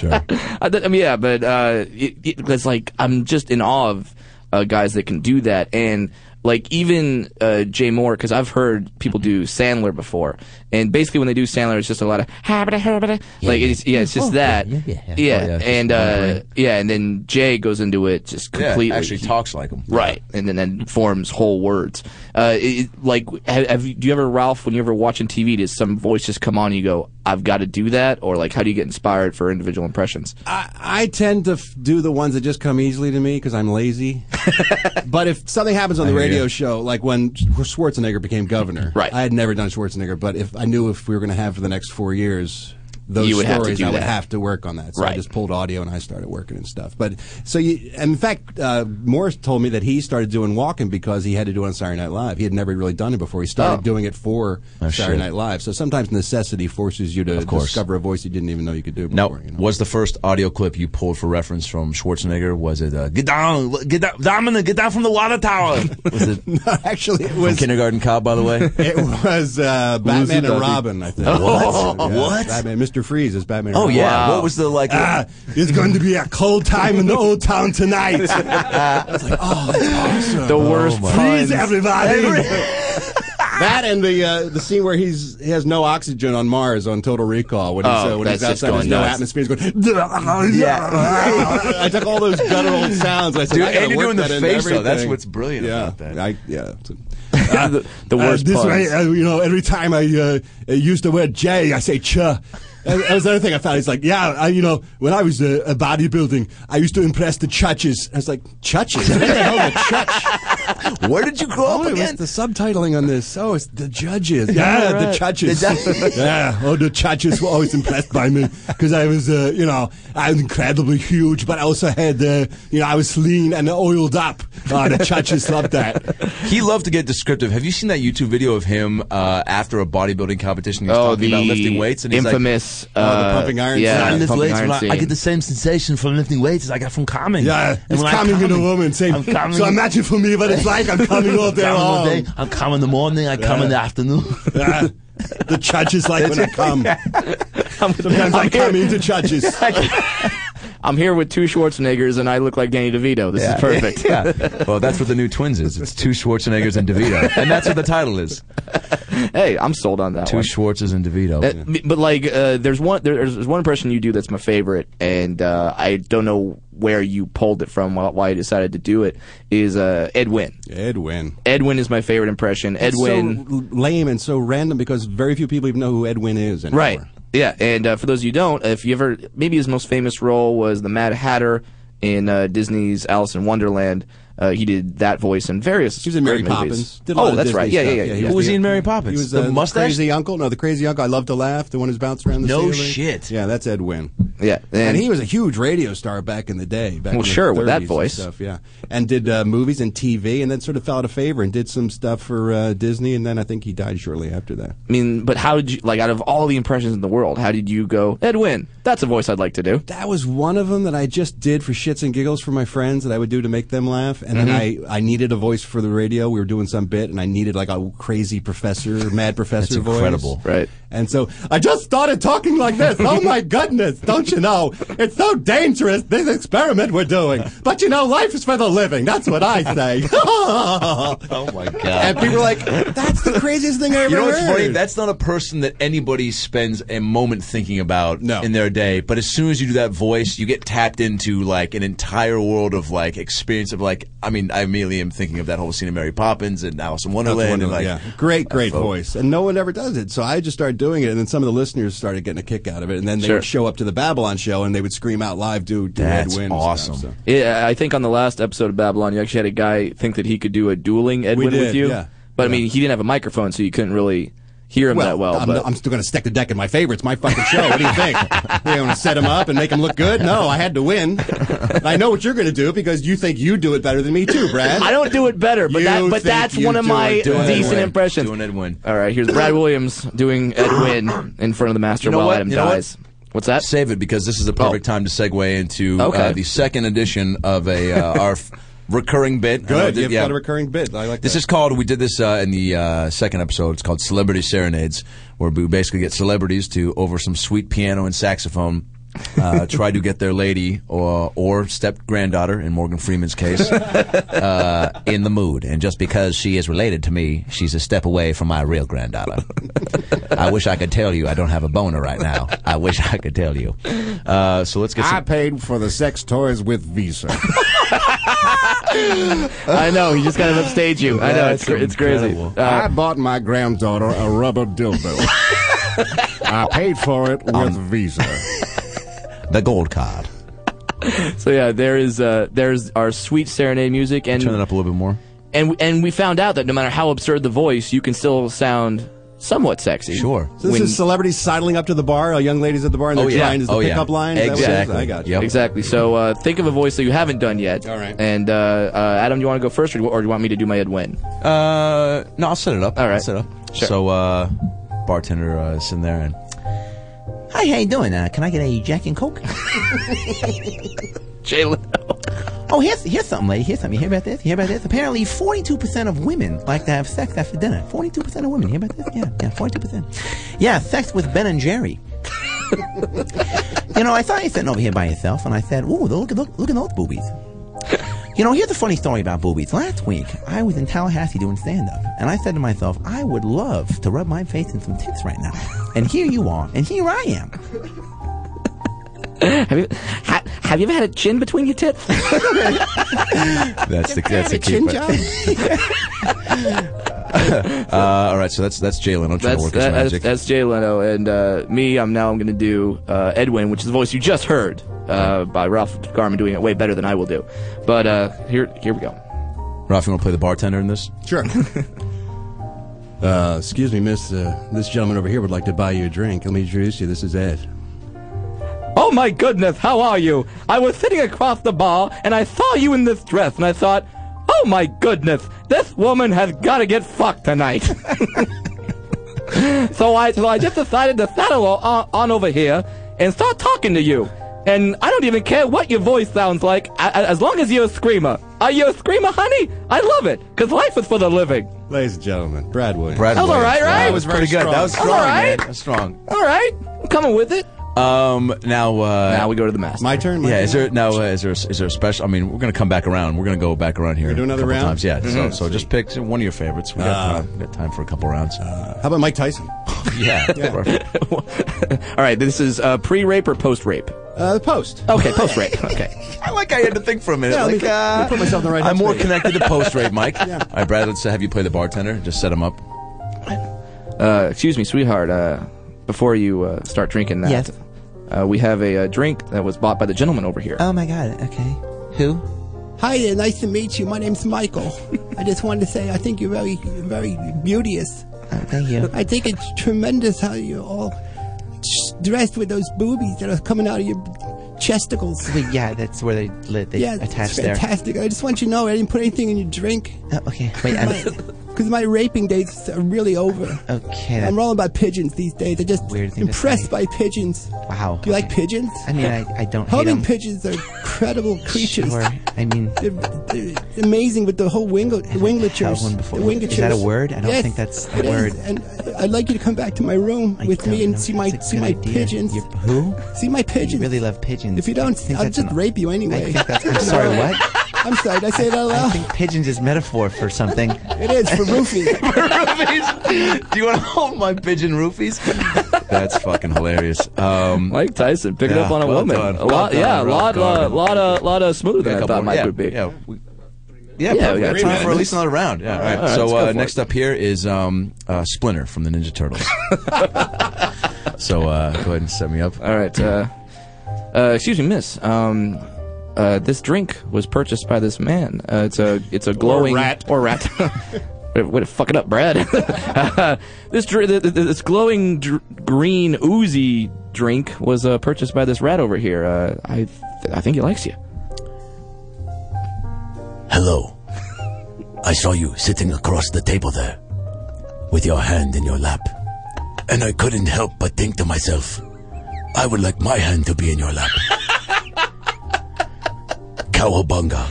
Speaker 5: Sure.
Speaker 4: I, th- I mean, yeah, but uh, it, it, it's like I'm just in awe of uh, guys that can do that, and like even uh, Jay Moore, because I've heard people do Sandler before, and basically when they do Sandler, it's just a lot of habita habita, like it's yeah, it's just that, yeah,
Speaker 5: Oh, yeah, it's
Speaker 4: and
Speaker 5: just
Speaker 4: uh,
Speaker 5: wandering.
Speaker 4: yeah, and then Jay goes into it just
Speaker 5: Yeah,
Speaker 4: completely,
Speaker 5: actually talks like him.
Speaker 4: right, and then, then forms whole words, Uh, it, like, have, have you, do you ever, Ralph, when you're ever watching TV, does some voice just come on and you go, I've got to do that? Or, like, how do you get inspired for individual impressions?
Speaker 7: I, I tend to f- do the ones that just come easily to me because I'm lazy. but if something happens on the
Speaker 5: hear
Speaker 7: radio
Speaker 5: you.
Speaker 7: show, like when Schwarzenegger became governor,
Speaker 4: Right.
Speaker 7: I had never done Schwarzenegger, but if I knew if we were going to have for the next four years those
Speaker 4: You would have to
Speaker 7: stories,
Speaker 4: do
Speaker 7: I would
Speaker 4: that.
Speaker 7: have to work on that. So
Speaker 4: Right.
Speaker 7: I just pulled audio and I started working and stuff. But so you, and in fact, uh, Morris told me that he started doing walking because he had to do it on Saturday Night Live. He had never really done it before. He started
Speaker 4: Oh.
Speaker 7: doing it for Saturday
Speaker 5: shit.
Speaker 7: Night Live. So sometimes necessity forces you to
Speaker 5: Of course.
Speaker 7: discover a voice you didn't even know you could do.
Speaker 5: Now,
Speaker 7: Before, you know?
Speaker 5: was the first audio clip you pulled for reference from Schwarzenegger? Was it uh, "Get down, get down, Dominic, get down from the water tower"? was it from
Speaker 7: Actually, it was
Speaker 5: Kindergarten Cop? By the way,
Speaker 7: it was uh, Batman and Robin. I think.
Speaker 5: What?
Speaker 7: Yeah,
Speaker 5: What?
Speaker 7: Batman, Mr. Freeze is Batman. and
Speaker 5: oh
Speaker 7: Robin.
Speaker 5: yeah. What was the like?
Speaker 7: Ah, it's going to be a cold time in the old town tonight. I was like, oh, that's awesome.
Speaker 4: The worst
Speaker 7: Freeze, everybody. That and the uh, the scene where he's he has no oxygen on Mars on Total Recall when he's,
Speaker 4: Oh,
Speaker 7: uh, when he's
Speaker 4: that's just
Speaker 7: outside there's
Speaker 4: going
Speaker 7: no
Speaker 4: nuts.
Speaker 7: atmosphere he's going yeah I took all those guttural sounds I said
Speaker 5: Dude,
Speaker 7: I gotta
Speaker 5: and you're
Speaker 7: work
Speaker 5: doing the
Speaker 7: that into
Speaker 5: face, though. That's
Speaker 7: everything.
Speaker 5: what's brilliant
Speaker 7: yeah
Speaker 5: about that.
Speaker 7: I, yeah
Speaker 4: the, the
Speaker 7: uh,
Speaker 4: worst
Speaker 7: this
Speaker 4: puns.
Speaker 7: way, uh, you know, every time I uh, uh, use the word J, I say ch. That that was another thing I found. He's like, yeah, I, you know, when I was uh, a bodybuilding, I used to impress the churches. I was like, churches? What the hell is a church?
Speaker 5: Where did you grow
Speaker 7: Oh,
Speaker 5: up
Speaker 7: it was
Speaker 5: again?
Speaker 7: the subtitling on this. Oh, it's the judges. Yeah, the judges. yeah, oh, the judges were always impressed by me because I was, uh, you know, I was incredibly huge, but I also had, uh, you know, I was lean and oiled up. Oh, the judges loved that.
Speaker 5: He loved to get descriptive. Have you seen that YouTube video of him uh, after a bodybuilding competition? He was
Speaker 4: Oh,
Speaker 5: talking
Speaker 4: the
Speaker 5: about lifting weights, and he's oh,
Speaker 4: infamous.
Speaker 7: the
Speaker 4: uh,
Speaker 7: pumping iron
Speaker 5: like,
Speaker 4: Yeah,
Speaker 7: scene.
Speaker 5: "When I lift
Speaker 4: pumping
Speaker 5: weights,
Speaker 4: iron
Speaker 5: when I, I
Speaker 4: scene.
Speaker 5: get the same sensation from lifting weights as I got from coming.
Speaker 7: Yeah, it's coming with a woman. Same.
Speaker 5: I'm coming.
Speaker 7: So imagine for me what it's like. I'm coming all day
Speaker 5: Come
Speaker 7: long.
Speaker 5: all day. I come in the morning. I come in the afternoon.
Speaker 7: Yeah. The judges like when I come. Sometimes I come into judges.
Speaker 4: I'm here with two Schwarzeneggers and I look like Danny DeVito. This is perfect.
Speaker 5: yeah. Well, that's what the new twins is. It's two Schwarzeneggers and DeVito, and that's what the title is.
Speaker 4: hey, I'm sold on that
Speaker 5: Two
Speaker 4: one.
Speaker 5: Schwartzes and DeVito.
Speaker 4: Uh, m- But like, uh, there's one there- there's there's one impression you do that's my favorite, and uh, I don't know where you pulled it from, wh- why you decided to do it. Is uh, Edwin?
Speaker 7: Edwin.
Speaker 4: Edwin is my favorite impression. Edwin.
Speaker 7: So lame and so random because very few people even know who Edwin is anymore.
Speaker 4: Right. Yeah, and uh, for those of you who don't, if you ever maybe his most famous role was the Mad Hatter in uh, Disney's Alice in Wonderland. Uh, he did that voice in various.
Speaker 7: He was in Mary
Speaker 4: great movies.
Speaker 7: Poppins. Did a lot
Speaker 4: Oh,
Speaker 7: of
Speaker 4: that's
Speaker 7: Disney
Speaker 4: right. Yeah,
Speaker 7: stuff.
Speaker 4: yeah, yeah.
Speaker 7: he
Speaker 4: yeah.
Speaker 5: Who was he in Mary Poppins?
Speaker 7: He was
Speaker 5: The
Speaker 7: uh,
Speaker 5: mustache?
Speaker 7: crazy uncle. No, the crazy uncle. I love to laugh. The one who's bouncing around. The
Speaker 5: No
Speaker 7: ceiling.
Speaker 5: shit.
Speaker 7: Yeah, that's Edwin.
Speaker 4: Yeah,
Speaker 7: and,
Speaker 4: and-
Speaker 7: he was a huge radio star back in the day. Back
Speaker 4: Well,
Speaker 7: in the
Speaker 4: sure, with that
Speaker 7: 30s and
Speaker 4: voice.
Speaker 7: stuff, yeah, and did uh, movies and TV, and then sort of fell out of favor and did some stuff for uh, Disney, and then I think he died shortly after that.
Speaker 4: I mean, but how did you like out of all the impressions in the world? How did you go, Edwin? That's a voice I'd like to do.
Speaker 7: That was one of them that I just did for shits and giggles for my friends that I would do to make them laugh. And
Speaker 4: Mm-hmm.
Speaker 7: then I, I needed a voice for the radio. We were doing some bit, and I needed like a crazy professor, mad professor voice.
Speaker 5: incredible.
Speaker 4: Right.
Speaker 7: And so I just started talking like this. Oh my goodness, don't you know? It's so dangerous, this experiment we're doing. But you know, life is for the living. That's what I say.
Speaker 5: Oh my god.
Speaker 7: and people were like, that's the craziest thing I ever
Speaker 5: You know what's
Speaker 7: heard.
Speaker 5: funny? That's not a person that anybody spends a moment thinking about
Speaker 7: No.
Speaker 5: in their day. But as soon as you do that voice, you get tapped into like an entire world of like experience of like. I mean, I immediately am thinking of that whole scene in Mary Poppins and Alice in Wonderland. and, like,
Speaker 7: yeah. Great, great
Speaker 5: folk.
Speaker 7: voice. And no one ever does it. So I just started doing it, and then some of the listeners started getting a kick out of it. And then they
Speaker 4: Sure.
Speaker 7: would show up to the Babylon show, and they would scream out live, dude,
Speaker 5: That's
Speaker 7: Edwin.
Speaker 5: awesome.
Speaker 7: Stuff, so.
Speaker 4: Yeah, I think on the last episode of Babylon, you actually had a guy think that he could do a dueling Edwin with
Speaker 7: did,
Speaker 4: you.
Speaker 7: yeah.
Speaker 4: But I mean, he didn't have a microphone, so you couldn't really hear him that well.
Speaker 7: I'm,
Speaker 4: but
Speaker 7: I'm still going to stick the deck in my favor. It's my fucking show. What do you think? We're going to set him up and make him look good? No, I had to win. And I know what you're going to do because you think you do it better than me, too, Brad.
Speaker 4: I don't do it better, but
Speaker 7: You
Speaker 4: that but
Speaker 7: think
Speaker 4: that's
Speaker 7: you
Speaker 4: one of
Speaker 7: do it
Speaker 4: my
Speaker 7: doing
Speaker 5: Doing
Speaker 4: decent
Speaker 5: Edwin.
Speaker 4: impressions.
Speaker 5: Doing Edwin.
Speaker 4: All right, here's Brad Williams doing Edwin in front of the master
Speaker 5: You know
Speaker 4: while
Speaker 5: what?
Speaker 4: Adam
Speaker 5: You know what?
Speaker 4: dies. What's that?
Speaker 5: Save it because this is the perfect
Speaker 4: Oh.
Speaker 5: time to segue into
Speaker 4: Okay.
Speaker 5: uh, the second edition of a uh, our f- recurring bit. I know
Speaker 7: Good.
Speaker 5: that-
Speaker 7: You've
Speaker 5: yeah.
Speaker 7: got a recurring bit. I like
Speaker 5: This
Speaker 7: that.
Speaker 5: is called. We did this uh, in the uh, second episode. It's called Celebrity Serenades, where we basically get celebrities to over some sweet piano and saxophone uh, try to get their lady or or step granddaughter in Morgan Freeman's case uh, in the mood, and just because she is related to me, she's a step away from my real granddaughter. I wish I could tell you I don't have a boner right now. I wish I could tell you. Uh, so let's get
Speaker 10: I
Speaker 5: some.
Speaker 10: paid for the sex toys with Visa.
Speaker 9: I know. He just kind of upstaged you. I know. It's, cra- it's crazy. Uh,
Speaker 10: I bought my granddaughter a rubber dildo. I paid for it with Visa.
Speaker 5: the gold card.
Speaker 4: So yeah, there is uh, there's our sweet serenade music, and
Speaker 5: Turn it up a little bit more.
Speaker 4: and and we found out that no matter how absurd the voice, you can still sound somewhat sexy.
Speaker 5: Sure.
Speaker 7: So this
Speaker 4: When-
Speaker 7: is celebrities sidling up to the bar, uh, young ladies at the bar, and
Speaker 5: Oh,
Speaker 7: their
Speaker 5: yeah.
Speaker 7: line is the
Speaker 5: Oh, yeah.
Speaker 7: pickup line. Is that what it is?
Speaker 5: Exactly.
Speaker 7: I got you.
Speaker 5: Yep.
Speaker 4: Exactly. So uh, think of a voice that you haven't done yet.
Speaker 7: All right.
Speaker 4: And uh, uh, Adam, do you want to go first, or do, or do you want me to do my Ed Wynn?
Speaker 5: Uh, no, I'll set it up.
Speaker 4: All right.
Speaker 5: I'll set it up.
Speaker 4: Sure.
Speaker 5: So, uh, bartender uh, is in there and. Hi, how you doing? Uh, can I get a Jack and Coke?
Speaker 4: Jay Leno.
Speaker 5: Oh, here's here's something, lady. Here's something. You hear about this? You hear about this? Apparently, forty two percent of women like to have sex after dinner. Forty two percent of women. You hear about this? Yeah, yeah, forty two percent. Yeah, sex with Ben and Jerry. you know, I saw you sitting over here by yourself, and I said, "Ooh, look at look, look at those boobies." You know, here's a funny story about boobies. Last week, I was in Tallahassee doing stand up, and I said to myself, I would love to rub my face in some tits right now. And here you are, and here I am.
Speaker 4: Have you ha, have you ever had a chin between your tits?
Speaker 5: That's the that's the key. uh, all right, so that's that's Jalen. I'm trying to
Speaker 4: that's
Speaker 5: work his
Speaker 4: that, that's,
Speaker 5: magic.
Speaker 4: that's Jay Leno, and uh, me. I'm now I'm going to do uh, Edwin, which is the voice you just heard uh, by Ralph Garman doing it way better than I will do. But uh, here here we go.
Speaker 5: Ralph, you want to play the bartender in this?
Speaker 7: Sure. uh, excuse me, miss. Uh, this gentleman over here would like to buy you a drink. Let me introduce you. This is Ed.
Speaker 4: Oh my goodness, how are you? I was sitting across the bar and I saw you in this dress and I thought, oh my goodness, this woman has got to get fucked tonight. so I so I just decided to saddle o- on, on over here and start talking to you. And I don't even care what your voice sounds like, a- a- as long as you're a screamer. Are you a screamer, honey? I love it, because life is for the living.
Speaker 7: Ladies and gentlemen, Brad Williams.
Speaker 5: Brad
Speaker 4: That was all right, right?
Speaker 5: pretty good. That was
Speaker 4: That was
Speaker 5: strong.
Speaker 4: all right.
Speaker 5: man. That was strong.
Speaker 4: All right, I'm coming with it.
Speaker 5: Um, now, uh,
Speaker 4: Now we go to the master.
Speaker 7: My turn. My
Speaker 5: yeah, is
Speaker 7: turn?
Speaker 5: there now uh, is there is there a special? I mean, we're gonna come back around. We're gonna go back around here.
Speaker 7: We do another
Speaker 5: a couple
Speaker 7: round?
Speaker 5: times. Yeah. So,
Speaker 7: Mhm.
Speaker 5: so just pick one of your favorites. We got,
Speaker 7: Uh,
Speaker 5: time. We got time for a couple rounds.
Speaker 7: How about Mike Tyson?
Speaker 5: yeah. Perfect.
Speaker 4: all right, this is uh, pre-rape or post-rape?
Speaker 7: Uh, the
Speaker 5: Oh,
Speaker 7: Post.
Speaker 4: Okay, post rape. Okay.
Speaker 5: I like. I had to think for a minute.
Speaker 7: Yeah, let me
Speaker 5: like,
Speaker 7: think-
Speaker 5: uh,
Speaker 7: let me put myself in the right
Speaker 5: I'm more
Speaker 7: headspace.
Speaker 5: connected to post rape, Mike. All right, Brad. Let's uh, have you play the bartender. Just set him up.
Speaker 4: Uh, excuse me, sweetheart. Uh, before you uh, start drinking that,
Speaker 11: Yes.
Speaker 4: uh, we have a, uh drink that was bought by the gentleman over here.
Speaker 11: Oh my god, okay. Who?
Speaker 8: Hi there, nice to meet you. My name's Michael. I just wanted to say I think you're very, very beauteous.
Speaker 11: Oh, thank you.
Speaker 8: I think it's tremendous how you're all dressed with those boobies that are coming out of your chesticles.
Speaker 11: Wait, yeah, that's where they li- they
Speaker 8: Yeah,
Speaker 11: attach
Speaker 8: it's
Speaker 11: there.
Speaker 8: fantastic. I just want you to know I didn't put anything in your drink
Speaker 11: Oh, okay, wait, I'm,
Speaker 8: because my raping days are really over.
Speaker 11: okay. That's,
Speaker 8: I'm all about pigeons these days. I'm just
Speaker 11: Weird thing to say.
Speaker 8: impressed by pigeons.
Speaker 11: wow.
Speaker 8: Do you like
Speaker 11: okay.
Speaker 8: pigeons?
Speaker 11: I mean, I, I don't hate
Speaker 8: Homing
Speaker 11: 'em.
Speaker 8: pigeons are incredible creatures.
Speaker 11: Sure. I mean,
Speaker 8: They're, they're amazing with the whole wingle,
Speaker 11: held
Speaker 8: wingletures.
Speaker 11: one before.
Speaker 8: The
Speaker 11: Is that a
Speaker 8: wingletures.
Speaker 11: word? I don't
Speaker 8: Yes,
Speaker 11: think that's a
Speaker 8: it is.
Speaker 11: word.
Speaker 8: And I'd like you to come back to my room
Speaker 11: I
Speaker 8: with
Speaker 11: don't
Speaker 8: me and
Speaker 11: know
Speaker 8: see
Speaker 11: if
Speaker 8: my
Speaker 11: that's a
Speaker 8: see
Speaker 11: good
Speaker 8: my
Speaker 11: idea.
Speaker 8: pigeons.
Speaker 11: You're, who?
Speaker 8: See my
Speaker 11: You
Speaker 8: pigeons.
Speaker 11: really love pigeons.
Speaker 8: If you don't,
Speaker 11: I think
Speaker 8: I'll
Speaker 11: that's
Speaker 8: just
Speaker 11: an-
Speaker 8: rape you
Speaker 11: I
Speaker 8: anyway.
Speaker 11: think that's. I'm sorry.
Speaker 8: No.
Speaker 11: What?
Speaker 8: I'm sorry. Did I say that out
Speaker 11: I
Speaker 8: loud?
Speaker 11: think pigeons is metaphor for something.
Speaker 8: It is for roofing.
Speaker 5: Do you want to hold my pigeon roofies? That's fucking hilarious. Um,
Speaker 4: Mike Tyson picking
Speaker 5: Yeah,
Speaker 4: up on a
Speaker 5: well
Speaker 4: woman.
Speaker 5: done.
Speaker 4: A lot,
Speaker 5: Well
Speaker 4: yeah,
Speaker 5: done,
Speaker 4: a
Speaker 5: Ralph
Speaker 4: lot, lot,
Speaker 5: Garman.
Speaker 4: lot, uh, lot of smooth than I
Speaker 5: Yeah, a
Speaker 4: thought
Speaker 5: couple more.
Speaker 4: Mike
Speaker 5: yeah,
Speaker 4: would be.
Speaker 5: Yeah, we, yeah,
Speaker 4: Yeah,
Speaker 5: we got
Speaker 4: we got three
Speaker 5: time for at
Speaker 4: minutes.
Speaker 5: least another round. Yeah, all right.
Speaker 4: All right, let's
Speaker 5: so
Speaker 4: go
Speaker 5: uh,
Speaker 4: for
Speaker 5: next
Speaker 4: it.
Speaker 5: up here is um, uh, Splinter from the Ninja Turtles. so uh, go ahead and set me up.
Speaker 4: All right. Uh, uh, excuse me, Miss. Um, uh, this drink was purchased by this man. Uh, it's a it's a glowing
Speaker 10: rat.
Speaker 4: or rat. Way to- way to fuck it up, Brad. uh, this dr- th- th- this glowing dr- green oozy drink was uh, purchased by this rat over here. Uh, I th- I think he likes you.
Speaker 1: Hello. I saw you sitting across the table there with your hand in your lap. And I couldn't help but think to myself, I would like my hand to be in your lap. Cowabunga.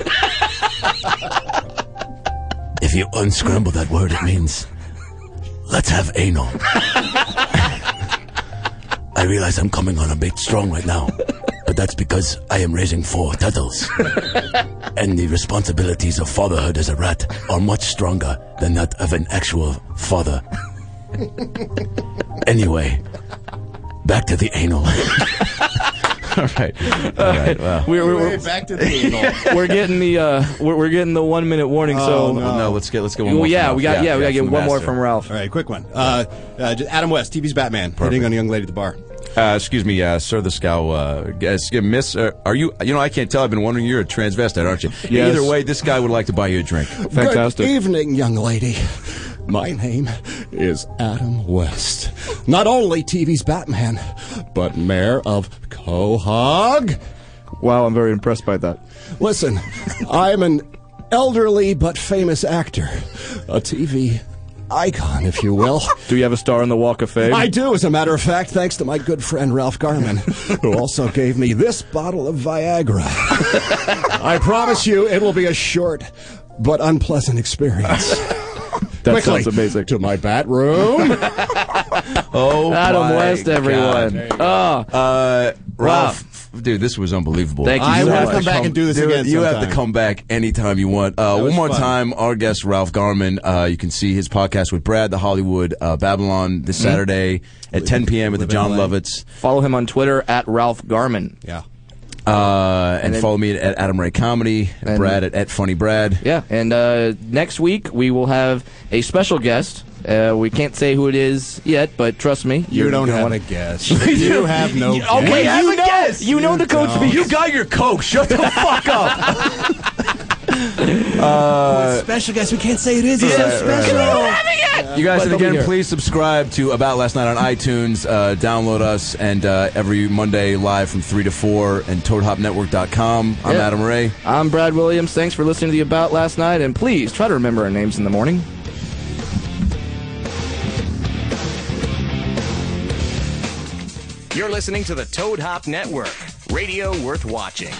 Speaker 1: If you unscramble that word, it means let's have anal. I realize I'm coming on a bit strong right now.
Speaker 12: That's because I am raising four turtles. and the responsibilities of fatherhood as a rat are much stronger than that of an actual father. Anyway, back to the anal.
Speaker 5: All right. All right. Wow.
Speaker 4: We're, we're, we're- we're getting the uh, we're, we're getting the one minute warning. so
Speaker 5: let's get let's get
Speaker 4: Well, yeah, we got Oh, yeah, we got to get one more from Ralph.
Speaker 7: All right, quick one. Uh, uh, just Adam West, TV's Batman, hitting on a young lady at the bar.
Speaker 5: Uh, excuse me, uh, sir. The scow, uh, guess- miss. Uh, are you? You know, I can't tell. I've been wondering. You're a transvestite, aren't you?
Speaker 7: Yes.
Speaker 5: Either way, this guy would like to buy you a drink.
Speaker 7: Good evening, young lady. My name is Adam West. Not only TV's Batman, but mayor of Quahog.
Speaker 4: Wow, I'm very impressed by that.
Speaker 7: Listen, I'm an elderly but famous actor, a TV icon, if you will.
Speaker 4: Do you have a star on the Walk of Fame?
Speaker 7: I do, as a matter of fact, thanks to my good friend Ralph Garman, who also gave me this bottle of Viagra. I promise you, it will be a short but unpleasant experience.
Speaker 4: That
Speaker 7: Quickly,
Speaker 4: sounds amazing.
Speaker 7: To my bat room.
Speaker 5: Oh,
Speaker 4: Adam
Speaker 5: my
Speaker 4: West,
Speaker 5: God.
Speaker 4: everyone. Oh.
Speaker 5: Uh, Ralph, dude, this was unbelievable.
Speaker 4: Thank you I so wanna much. come back and do this
Speaker 5: Dude,
Speaker 4: again
Speaker 5: You have to
Speaker 4: sometime.
Speaker 5: come back anytime you want. Uh,
Speaker 4: That
Speaker 5: one
Speaker 4: was
Speaker 5: more
Speaker 4: fun.
Speaker 5: time, our guest Ralph Garman. Uh, you can see his podcast with Brad, the Hollywood uh, Babylon, this
Speaker 4: Mhm.
Speaker 5: Saturday at 10 p.m. at the
Speaker 4: Live in
Speaker 5: John
Speaker 4: LA.
Speaker 5: Lovitz.
Speaker 4: Follow him on Twitter at Ralph Garman.
Speaker 7: Yeah.
Speaker 5: Uh, and,
Speaker 4: And then-
Speaker 5: follow me at Adam Ray Comedy,
Speaker 4: And-
Speaker 5: Brad at, at Funny Brad.
Speaker 4: Yeah, and uh, next week we will have a special guest. Uh, we can't say who it is yet, but trust me,
Speaker 7: You
Speaker 4: you're
Speaker 7: don't
Speaker 4: gonna
Speaker 7: have
Speaker 4: wanna-
Speaker 7: a guess. You have no
Speaker 4: Okay,
Speaker 7: guess. We have
Speaker 4: you
Speaker 7: a
Speaker 4: know,
Speaker 7: guess.
Speaker 4: You know
Speaker 7: You
Speaker 4: the coach.
Speaker 7: don't.
Speaker 4: speak.
Speaker 5: You got your coke. Shut the fuck up.
Speaker 8: We're special guest. We can't say it is. It's so
Speaker 5: Right, right,
Speaker 8: special.
Speaker 5: right.
Speaker 8: Yeah.
Speaker 5: You guys,
Speaker 8: But
Speaker 5: and
Speaker 8: they'll be
Speaker 5: again,
Speaker 8: here.
Speaker 5: please subscribe to About Last Night on iTunes. Uh, download us, and uh, every Monday live from 3 to 4 and ToadHopNetwork.com. I'm
Speaker 4: Yeah.
Speaker 5: Adam Ray.
Speaker 4: I'm Brad Williams. Thanks for listening to the About last night, and please try to remember our names in the morning.
Speaker 2: You're listening to the Toad Hop Network, radio worth watching.